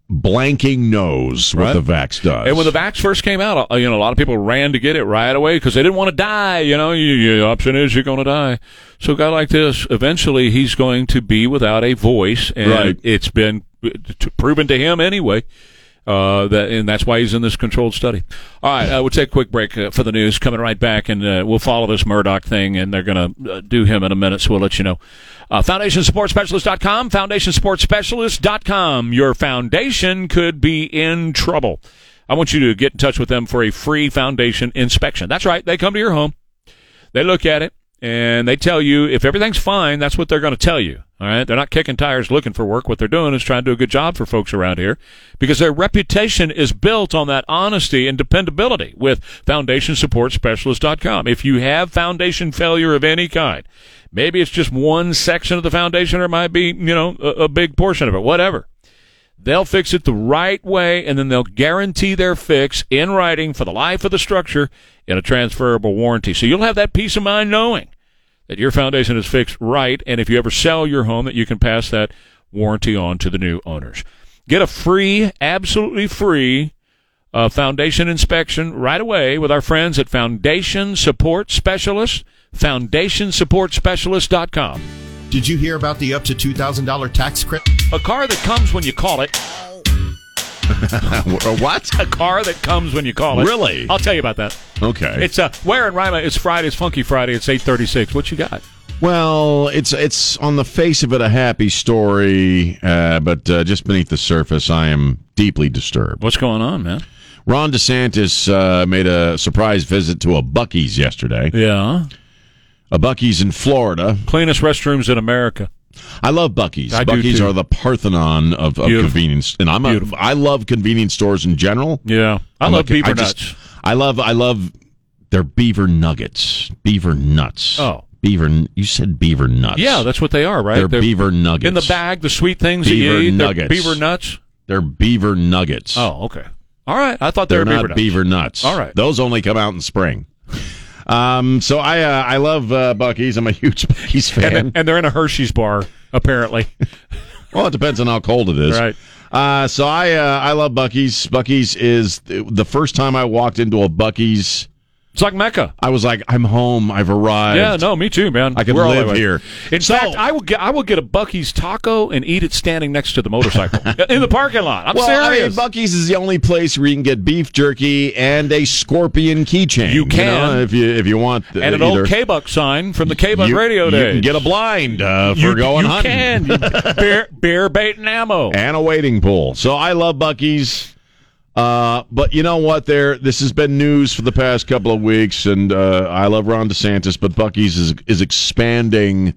S1: blanking knows what
S2: Right.
S1: the vax does?
S2: And when the vax first came out, uh, you know, a lot of people ran to get it right away because they didn't want to die. You know, you, your option is you're going to die. So a guy like this, eventually he's going to be without a voice, and
S1: Right.
S2: it's been t- proven to him anyway. Uh, that and that's why he's in this controlled study. All right, uh, we'll take a quick break uh, for the news. Coming right back, and uh, we'll follow this Murdoch thing, and they're going to uh, do him in a minute. So we'll let you know. Uh, FoundationSupportSpecialist.com, FoundationSupportSpecialist.com. Your foundation could be in trouble. I want you to get in touch with them for a free foundation inspection. That's right, they come to your home. They look at it and they tell you if everything's fine, that's what they're going to tell you. All right. They're not kicking tires looking for work. What they're doing is trying to do a good job for folks around here because their reputation is built on that honesty and dependability with foundationsupportspecialist.com. If you have foundation failure of any kind, maybe it's just one section of the foundation or it might be, you know, a, a big portion of it, whatever. They'll fix it the right way, and then they'll guarantee their fix in writing for the life of the structure in a transferable warranty. So you'll have that peace of mind knowing that your foundation is fixed right, and if you ever sell your home, that you can pass that warranty on to the new owners. Get a free, absolutely free uh, foundation inspection right away with our friends at Foundation Support Specialist, foundationsupportspecialist.com.
S7: Did you hear about the up to $2,000 tax credit?
S2: A car that comes when you call it.
S1: Or what?
S2: a car that comes when you call it.
S1: Really?
S2: I'll tell you about that.
S1: Okay.
S2: It's uh, where in Rima. It's Friday's Funky Friday. It's eight thirty-six. What you got?
S1: well, it's it's on the face of it a happy story, uh, but uh, just beneath the surface, I am deeply disturbed.
S2: What's going on, man?
S1: Ron DeSantis uh, made a surprise visit to a Bucky's yesterday.
S2: Yeah,
S1: A Bucky's in Florida.
S2: cleanest restrooms in America.
S1: I love Bucky's.
S2: I do,
S1: Bucky's
S2: too.
S1: are the Parthenon of, of
S2: Beautiful.
S1: convenience, and I'm a,
S2: Beautiful.
S1: I love convenience stores in general.
S2: Yeah, I
S1: I'm
S2: love
S1: a-
S2: beaver
S1: just-
S2: nuts.
S1: I love I love their beaver nuggets, beaver nuts.
S2: Oh.
S1: beaver! n- You said beaver nuts.
S2: Yeah, that's what they are, right?
S1: They're beaver nuggets.
S2: in the bag. The sweet things that
S1: Beaver
S2: you eat. they're
S1: nuggets.
S2: Beaver nuts.
S1: They're beaver nuggets.
S2: Oh, okay. All right. I thought they
S1: They're
S2: were
S1: not
S2: beaver nuts.
S1: beaver nuts.
S2: All right.
S1: those only come out in spring. Um, so I uh, I love uh, Bucky's. I'm a huge Bucky's fan.
S2: And, and they're in a Hershey's bar, apparently.
S1: Well, it depends on how cold it is.
S2: Right.
S1: Uh, so I uh, I love Bucky's. Bucky's is the first time I walked into a Bucky's,
S2: It's like Mecca.
S1: I was like, I'm home. I've arrived.
S2: Yeah, no, me too, man.
S1: I could
S2: We're all
S1: live
S2: that way.
S1: here.
S2: In
S1: So-
S2: fact, I will get I will get a Bucky's taco and eat it standing next to the motorcycle in the parking lot. I'm
S1: Well, I mean,
S2: serious.
S1: Bucky's is the only place where you can get beef jerky and a scorpion keychain.
S2: You can.
S1: know, if you if you want. uh,
S2: and an
S1: either.
S2: old K-Buck sign from the K-Buck
S1: you,
S2: radio
S1: you
S2: days.
S1: can get a blind uh, for
S2: You-
S1: going
S2: you
S1: hunting
S2: can. You- bear, bear bait and ammo.
S1: and a waiting pool. So I love Bucky's. Uh, but you know what? There, this has been news for the past couple of weeks, and uh, I love Ron DeSantis, but Bucky's is is expanding.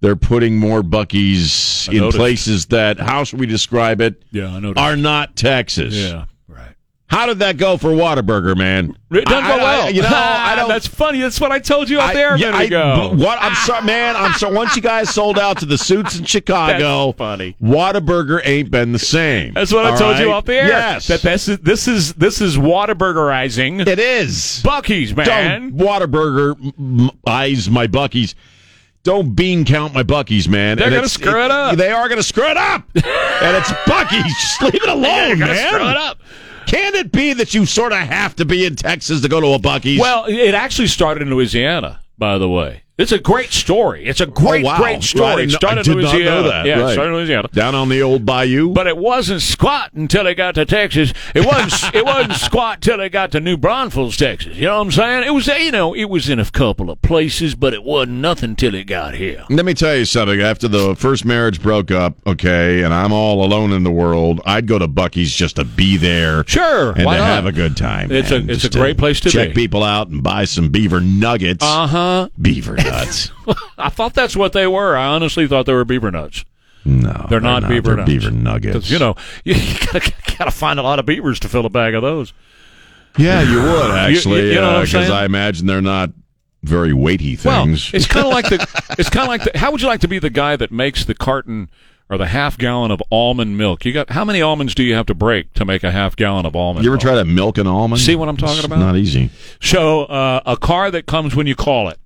S1: They're putting more Bucky's
S2: I
S1: in
S2: noticed.
S1: places that, how should we describe it,
S2: yeah, I know.
S1: are not Texas.
S2: Yeah, right.
S1: How did that go for Whataburger, man?
S2: It doesn't
S1: I-
S2: go
S1: I-
S2: well.
S1: you know, I don't.
S2: That's funny. That's what I told you
S1: I-
S2: out there a
S1: yeah,
S2: minute
S1: I-
S2: ago.
S1: but What I'm sorry, man. I'm sorry. Once you guys sold out to the suits in Chicago,
S2: That's funny.
S1: Whataburger ain't been the same.
S2: That's what I
S1: All
S2: told you
S1: right?
S2: off the air.
S1: Yes,
S2: That this is this is this is Whataburgerizing.
S1: It is
S2: Bucky's
S1: Don't
S2: man.
S1: Whataburger m- eyes my Buckies. Don't bean count my Buckies, man.
S2: They're
S1: And
S2: gonna
S1: it's-
S2: screw it up.
S1: They are gonna screw it up. and it's Bucky's. Just leave it alone,
S2: They're gonna
S1: man.
S2: screw it up.
S1: Can it be that you sort of have to be in Texas to go to a Bucky's?
S2: Well, it actually started in Louisiana, by the way. It's a great story. It's a great,
S1: Oh, wow.
S2: great story.
S1: Right.
S2: It
S1: No,
S2: started
S1: I did not
S2: in
S1: know
S2: Louisiana.
S1: that.
S2: Yeah, it
S1: Right.
S2: started in Louisiana.
S1: down on the old bayou.
S2: But it wasn't squat until they got to Texas. It wasn't it wasn't squat till they got to New Braunfels, Texas. You know what I'm saying? It was you know it was in a couple of places, but it wasn't nothing till it got here.
S1: Let me tell you something. After the first marriage broke up, okay, and I'm all alone in the world, I'd go to Bucky's just to be there.
S2: Sure,
S1: And
S2: why
S1: to
S2: not?
S1: have a good time.
S2: It's
S1: man.
S2: a- it's
S1: Just
S2: a great place to
S1: check
S2: be.
S1: people out and buy some beaver nuggets.
S2: Uh huh.
S1: beaver nuts.
S2: I thought that's what they were. I honestly thought they were beaver nuts.
S1: No,
S2: They're not beaver
S1: they're
S2: nuts.
S1: Beaver nuggets.
S2: 'Cause, you know, you gotta, gotta find a lot of beavers to fill a bag of those.
S1: Yeah, you would
S2: You-
S1: actually,
S2: you know what I'm
S1: because
S2: saying?
S1: I imagine they're not very weighty things.
S2: Well, it's kind of like the. It's kind of like the. How would you like to be the guy that makes the carton or the half gallon of almond milk? You got how many almonds do you have to break to make a half gallon of almond?
S1: you ever
S2: milk?
S1: try to milk an almond?
S2: See what I'm talking
S1: It's
S2: about?
S1: Not easy.
S2: So uh, a car that comes when you call it.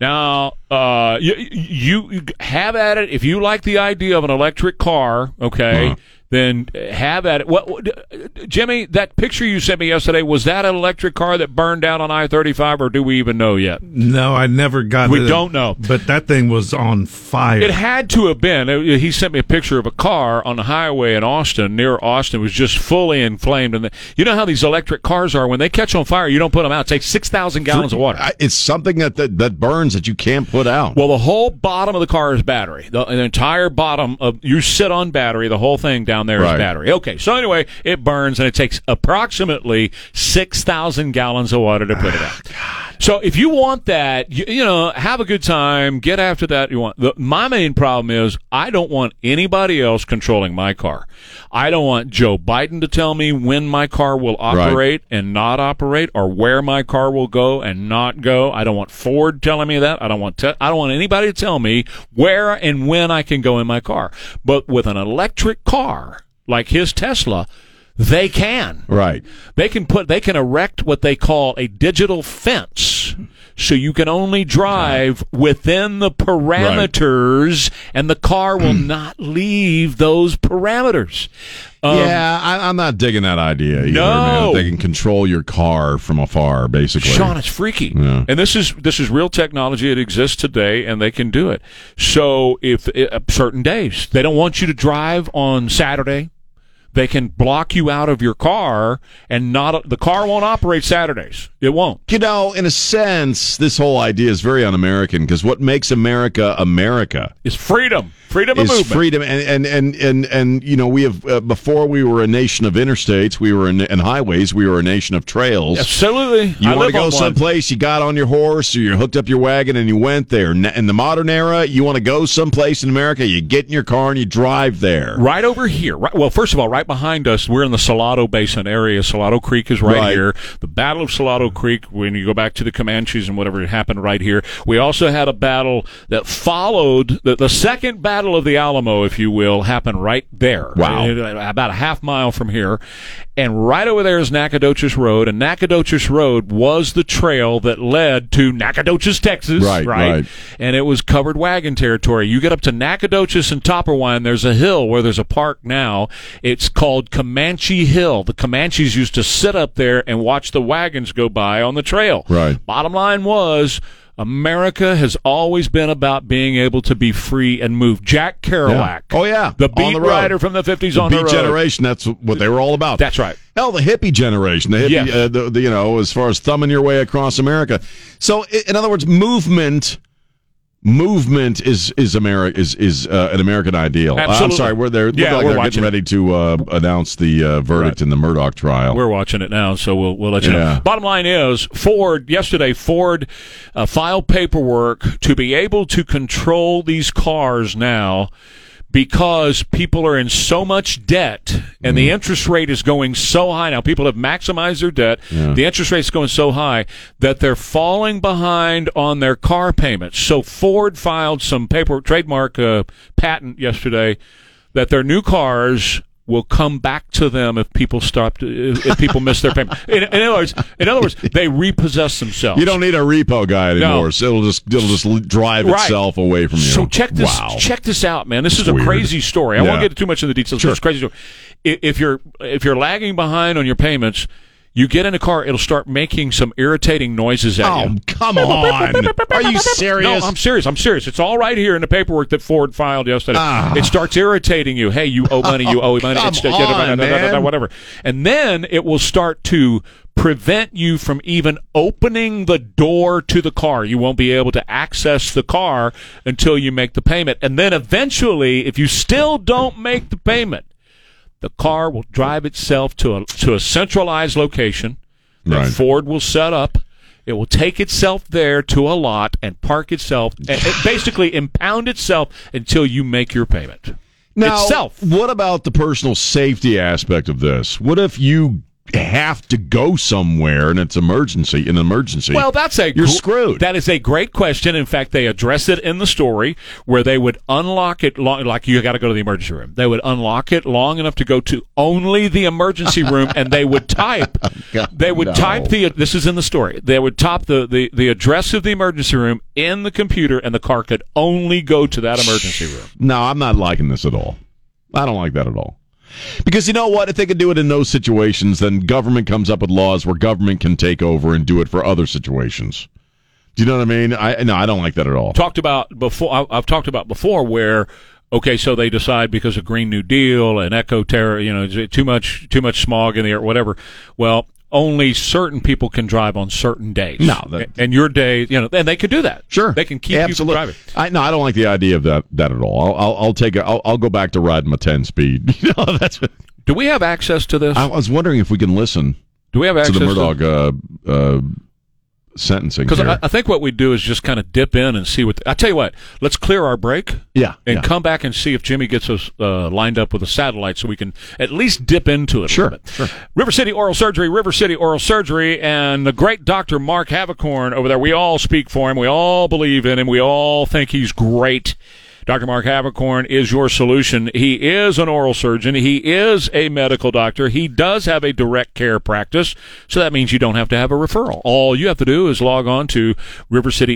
S2: Now uh, you, you you have at it. If you like the idea of an electric car, okay,
S1: Uh-huh.
S2: then have at it. What, what, Jimmy? That picture you sent me yesterday was that an electric car that burned down on I-35, or do we even know yet?
S8: No, I never got.
S2: We
S8: the-
S2: don't know.
S8: but that thing was on fire.
S2: It had to have been. Uh, He sent me a picture of a car on the highway in Austin, near Austin, was just fully inflamed. And the, you know how these electric cars are when they catch on fire, you don't put them out. It takes six thousand gallons of water.
S1: I- It's something that, that that burns that you can't put out.
S2: Well, the whole bottom of the car is battery. The, the entire bottom of you sit on battery. The whole thing down there is
S1: Right.
S2: battery. Okay, so anyway, it burns and it takes approximately six thousand gallons of water to put it out. So if you want that, you, you know, have a good time, get after that. You want the, my main problem is I don't want anybody else controlling my car. I don't want Joe Biden to tell me when my car will
S1: Right.
S2: operate operate and not operate or where my car will go and not go. I don't want Ford telling me that. I don't want te- I don't want anybody to tell me where and when I can go in my car. But with an electric car like his Tesla, they can.
S1: right.
S2: They can put they can erect what they call a digital fence. So you can only drive within the parameters and the car will not leave those parameters. Um,
S1: yeah, I, I'm not digging that idea either.
S2: No.
S1: Man. They can control your car from afar, basically.
S2: Sean, it's freaky,
S1: Yeah.
S2: and this is this is real technology. It exists today, and they can do it. So, if uh, certain days they don't want you to drive on Saturday, they can block you out of your car, and not the car won't operate Saturdays. It won't.
S1: you know, in a sense, this whole idea is very un-American because what makes America America
S2: It's freedom, freedom of
S1: is
S2: movement.
S1: freedom, and and and and and you know, we have uh, before we were a nation of interstates, we were in, and highways, we were a nation of trails.
S2: Absolutely.
S1: You
S2: I
S1: want
S2: live
S1: to go
S2: on one.
S1: someplace, you got on your horse, or you hooked up your wagon and you went there. N- In the modern era, you want to go someplace in America, you get in your car and you drive there.
S2: Right over here. Right, well, first of all, right behind us, we're in the Salado Basin area. Salado Creek is right,
S1: Right.
S2: here. The Battle of Salado Creek, when you go back to the Comanches and whatever happened right here. We also had a battle that followed the, the second Battle of the Alamo, if you will, happened right there.
S1: Wow.
S2: Uh, About a half mile from here. And right over there is Nacogdoches Road. And Nacogdoches Road was the trail that led to Nacogdoches, Texas.
S1: Right, right.
S2: And it was covered wagon territory. You get up to Nacogdoches and Topperwine, there's a hill where there's a park now. It's called Comanche Hill. The Comanches used to sit up there and watch the wagons go by on the trail.
S1: Right.
S2: Bottom line was America has always been about being able to be free and move. Jack Kerouac.
S1: Oh, yeah.
S2: The
S1: On
S2: beat
S1: the road.
S2: writer from the 50s
S1: the
S2: on the
S1: beat
S2: road.
S1: generation. That's what they were all about.
S2: That's right.
S1: Hell, the hippie generation. The hippie,
S2: Yes.
S1: uh, the, the, you know, as far as thumbing your way across America. So, i- in other words, movement, movement is is Ameri- is is uh, an American ideal. Uh, I'm
S2: Absolutely.
S1: sorry, we're there.
S2: Yeah,
S1: look like
S2: we're
S1: they're
S2: watching
S1: getting ready to uh, announce the uh, verdict in the Murdoch trial.
S2: We're watching it now, so we'll we'll let you
S1: Yeah.
S2: know. Bottom line is Ford yesterday Ford uh, filed paperwork to be able to control these cars now because people are in so much debt and
S1: Mm.
S2: the interest rate is going so high now. People have maximized their debt.
S1: Yeah.
S2: The interest rate's going so high that they're falling behind on their car payments. So Ford filed some paper trademark uh, patent yesterday that their new cars will come back to them if people stop if, if people miss their payment. In, in other words, in other words, they repossess themselves.
S1: You don't need a repo guy
S2: No.
S1: anymore. So it'll just it'll just l- drive
S2: Right.
S1: itself away from you.
S2: So check this
S1: Wow.
S2: check this out, man. This
S1: It's
S2: is a
S1: weird.
S2: crazy story. I
S1: Yeah.
S2: won't get too much into the details. Sure. It's a crazy story. I- If you're if you're lagging behind on your payments, you get in a car, it'll start making some irritating noises at
S1: Oh,
S2: you.
S1: come on. Are you serious?
S2: No, I'm serious. I'm serious. It's all right here in the paperwork that Ford filed yesterday.
S1: Ah.
S2: It starts irritating you. Hey, you owe money. You owe money.
S1: Come
S2: It's- da- da- da- da-
S1: on,
S2: da- da- da-
S1: man.
S2: Whatever. And then it will start to prevent you from even opening the door to the car. You won't be able to access the car until you make the payment. And then eventually, if you still don't make the payment, the car will drive itself to a to a centralized location that
S1: Right.
S2: Ford will set up. It will take itself there to a lot and park itself, and it basically impound itself until you make your payment
S1: Now,
S2: itself.
S1: what about the personal safety aspect of this? What if you have to go somewhere and it's emergency, an emergency?
S2: Well, that's a
S1: You're
S2: gr-
S1: screwed.
S2: That is a great question. In fact, they address it in the story where they would unlock it long, like you got to go to the emergency room. They would unlock it long enough to go to only the emergency room, and they would type.
S1: God,
S2: they would
S1: no.
S2: type the. This is in the story. They would top the, the the address of the emergency room in the computer, and the car could only go to that emergency room.
S1: No, I'm not liking this at all. I don't like that at all. Because you know what? If they could do it in those situations, then government comes up with laws where government can take over and do it for other situations. Do you know what I mean? I no, I don't like that at all.
S2: talked about before. I- I've talked about before where okay, so they decide because of Green New Deal and eco terror, you know, is it too much too much smog in the air, whatever. Well. Only certain people can drive on certain days.
S1: No, that-
S2: A- and your day, you know, and they could do that.
S1: Sure,
S2: they can keep
S1: Absolutely.
S2: you from driving.
S1: I no, I don't like the idea of that that at all. I'll I'll, I'll take a, I'll, I'll go back to riding my ten speed. You know, that's. What,
S2: Do we have access to this?
S1: I was wondering if we can listen
S2: do we have
S1: to
S2: access
S1: the
S2: to?
S1: Murdoch uh, uh, sentencing
S2: Because
S1: here.
S2: I, I think what we do is just kind of dip in and see what. I tell you what, let's clear our break.
S1: yeah,
S2: and
S1: yeah.
S2: come back and see if Jimmy gets us uh, lined up with a satellite so we can at least dip into it a
S1: Sure,
S2: little bit.
S1: sure.
S2: River City Oral Surgery, River City Oral Surgery, and the great Dr. Mark Havicorn over there. We all speak for him. We all believe in him. We all think he's great. Dr. Mark Havicorn is your solution. He is an oral surgeon. He is a medical doctor. He does have a direct care practice, so that means you don't have to have a referral. All you have to do is log on to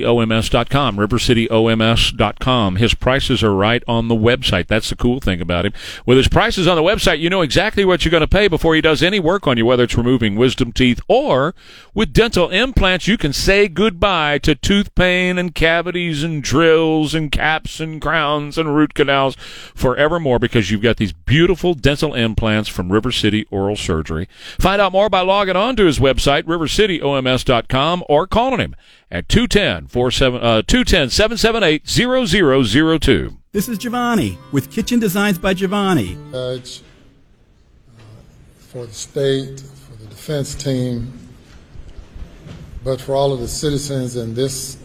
S2: rivercityoms.com, rivercityoms.com. His prices are right on the website. That's the cool thing about him. With his prices on the website, you know exactly what you're going to pay before he does any work on you, whether it's removing wisdom teeth or with dental implants, you can say goodbye to tooth pain and cavities and drills and caps and crowns and root canals forevermore because you've got these beautiful dental implants from River City Oral Surgery. Find out more by logging on to his website, rivercityoms.com, or calling him at 210 uh, 778 0002.
S10: This is Giovanni with Kitchen Designs by Giovanni.
S11: judge, uh, for the state, for the defense team, but for all of the citizens in this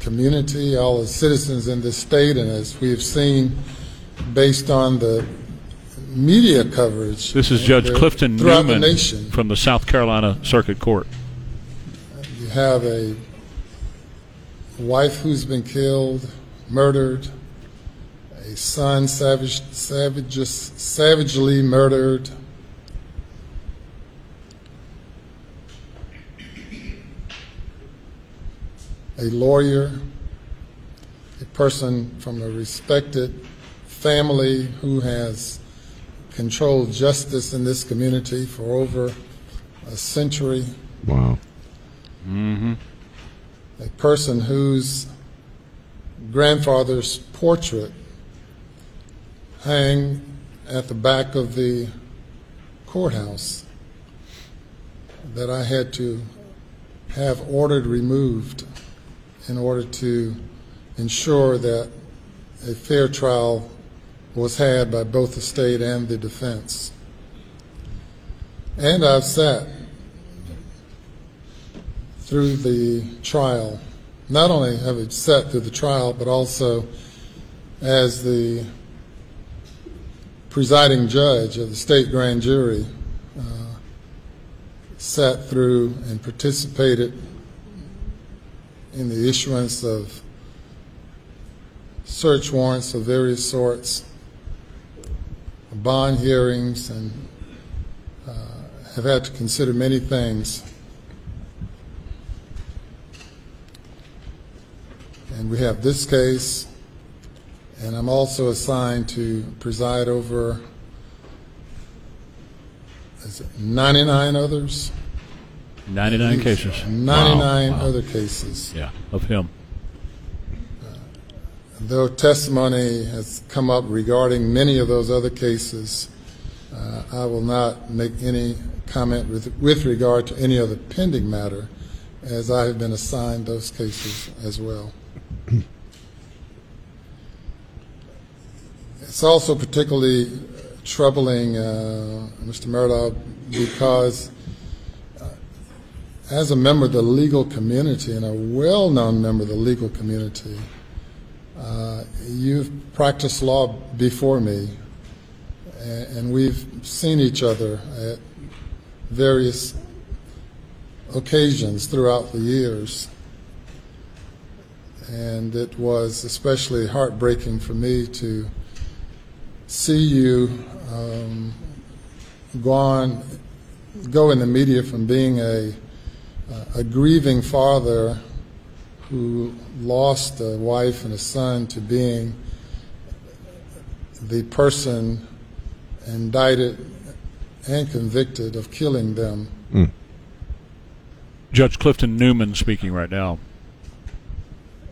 S11: community, all the citizens in this state, and as we have seen based on the media coverage.
S2: This is Judge
S11: there-
S2: Clifton
S11: throughout the
S2: Newman
S11: nation,
S2: from the South Carolina Circuit Court.
S11: you have a wife who's been killed, murdered, a son savage, savages, savagely murdered. A lawyer, a person from a respected family who has controlled justice in this community for over a century
S1: Wow.
S11: a person whose grandfather's portrait hang at the back of the courthouse that I had to have ordered removed in order to ensure that a fair trial was had by both the state and the defense. And I've sat through the trial. Not only have it sat through the trial, but also as the presiding judge of the state grand jury uh, sat through and participated in the issuance of search warrants of various sorts, bond hearings, and uh, have had to consider many things. And we have this case, and I'm also assigned to preside over is it 99 others.
S2: 99
S11: These-
S2: cases.
S11: 99
S2: Wow. Wow.
S11: other cases.
S2: Yeah, of him.
S11: Though testimony has come up regarding many of those other cases, uh, I will not make any comment with, with regard to any other pending matter, as I have been assigned those cases as well. It's also particularly troubling, uh, Mr. Murdaugh, because uh, as a member of the legal community and a well-known member of the legal community, uh, You've practiced law before me, a- and we've seen each other at various occasions throughout the years. And it was especially heartbreaking for me to see you um, go on, go in the media from being a, a grieving father who lost a wife and a son to being the person indicted and convicted of killing them.
S2: Judge Clifton Newman speaking right now.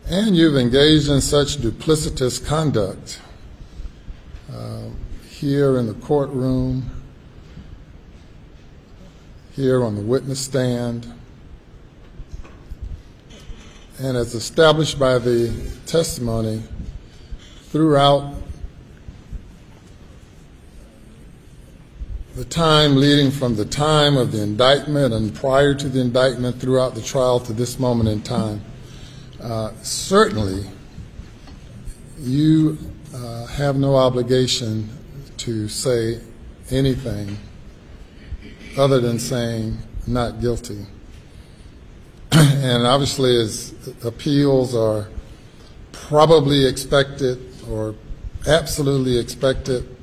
S11: And you've engaged in such duplicitous conduct uh, here in the courtroom, here on the witness stand, and as established by the testimony throughout the time leading from the time of the indictment and prior to the indictment throughout the trial to this moment in time. Uh, certainly, you uh, have no obligation to say anything other than saying not guilty. and obviously, as appeals are probably expected or absolutely expected,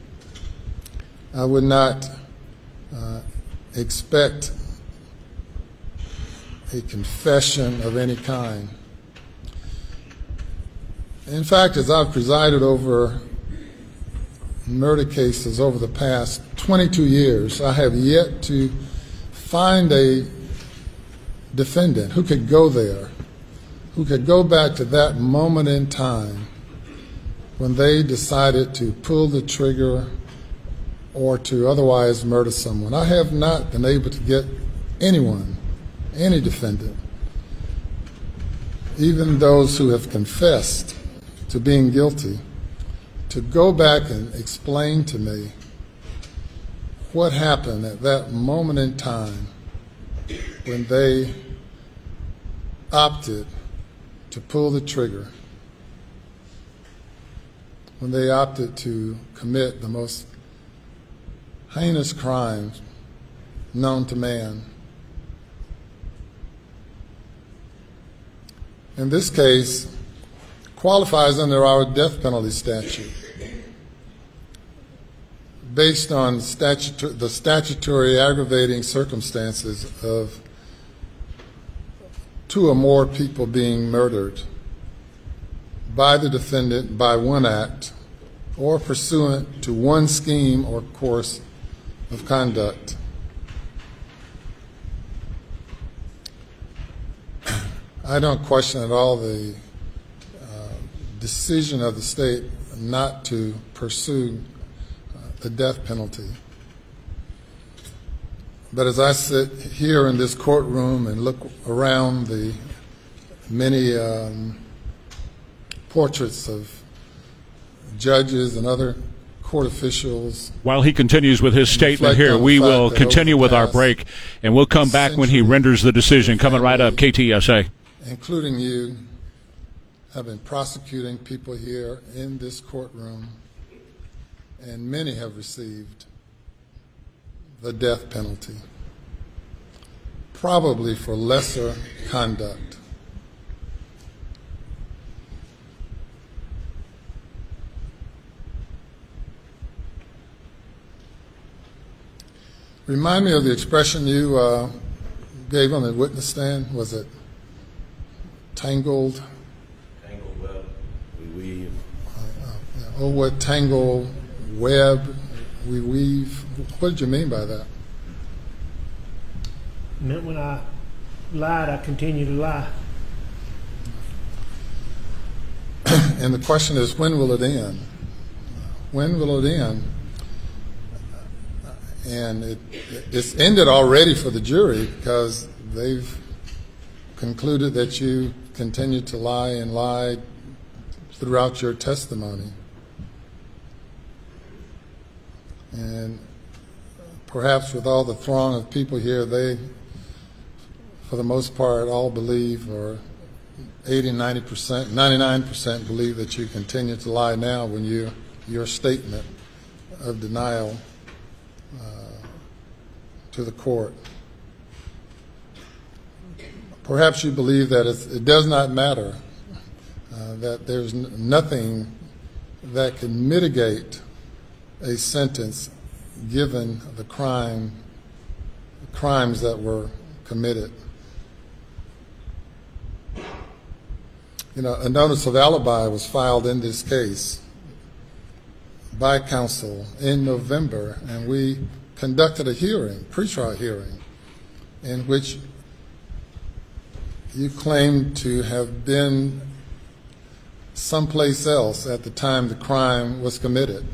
S11: I would not uh, expect a confession of any kind. In fact, as I've presided over murder cases over the past 22 years, I have yet to find a defendant who could go there, who could go back to that moment in time when they decided to pull the trigger or to otherwise murder someone. I have not been able to get anyone, any defendant, even those who have confessed to being guilty, to go back and explain to me what happened at that moment in time when they opted to pull the trigger, when they opted to commit the most heinous crimes known to man. in this case, qualifies under our death penalty statute based on statutu- the statutory aggravating circumstances of two or more people being murdered by the defendant by one act or pursuant to one scheme or course of conduct. I don't question at all the uh, decision of the state not to pursue uh, the death penalty. But as I sit here in this courtroom and look around the many um, portraits of judges and other court officials,
S2: While he continues with his statement
S11: reflect
S2: here,
S11: on the
S2: we
S11: fact
S2: will
S11: that over
S2: continue
S11: the
S2: with our
S11: past
S2: break, and we'll come back when he renders the decision. Coming right up, KTSA.
S11: including you, have been prosecuting people here in this courtroom and many have received the death penalty, probably for lesser conduct. Remind me of the expression you uh, gave on the witness stand. Was it tangled?
S5: Tangled web we weave.
S11: Oh, what tangle web we weave. What did you mean by that?
S12: Meant when I lied, I continue to lie.
S11: And the question is, when will it end? When will it end? And it, it's ended already for the jury because they've concluded that you continued to lie and lied throughout your testimony. And perhaps with all the throng of people here, they, for the most part, all believe, or 80, 90 percent, 99 percent believe that you continue to lie now when you, your statement of denial uh, to the court. Perhaps you believe that it's, it does not matter, uh, that there's n- nothing that can mitigate a sentence given the crime crimes that were committed. You know, a notice of alibi was filed in this case by counsel in November, and we conducted a hearing, pretrial hearing, in which you claimed to have been someplace else at the time the crime was committed.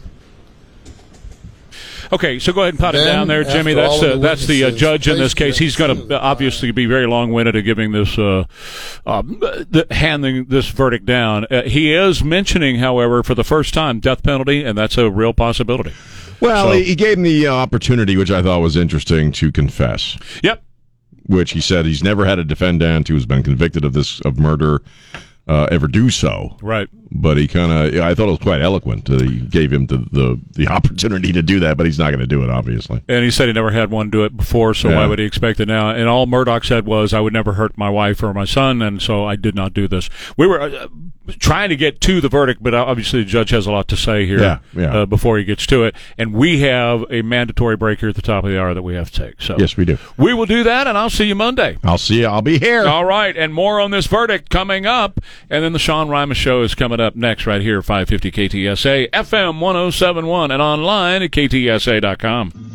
S2: Okay, so go ahead and pot it
S11: Then,
S2: down there, Jimmy.
S11: after all
S2: That's
S11: of
S2: uh,
S11: the
S2: that's the uh,
S11: witnesses
S2: judge in this
S11: placed
S2: case. He's going to obviously be very long-winded at giving this uh, uh, the, handing this verdict down. Uh, he is mentioning, however, for the first time, death penalty, and that's a real possibility.
S1: Well,
S2: So-
S1: he he gave him the uh, opportunity, which I thought was interesting, to confess.
S2: Yep.
S1: Which he said he's never had a defendant who has been convicted of this of murder uh, ever do so.
S2: Right.
S1: But he kind of, I thought it was quite eloquent that he gave him the, the, the opportunity to do that, but he's not going to do it, obviously.
S2: And he said he never had one do it before, so
S1: Yeah.
S2: why would he expect it now? And all Murdoch said was, "I would never hurt my wife or my son, and so I did not do this." We were uh, trying to get to the verdict, but obviously the judge has a lot to say here
S1: Yeah, yeah.
S2: Uh, before he gets to it. And we have a mandatory break here at the top of the hour that we have to take. So
S1: Yes, we do.
S2: we will do that, and I'll see you Monday.
S1: I'll see you. I'll be here.
S2: All right, and more on this verdict coming up, and then the Sean Rima show is coming up next oh right here, 550 KTSA, FM 1071, and online at ktsa.com.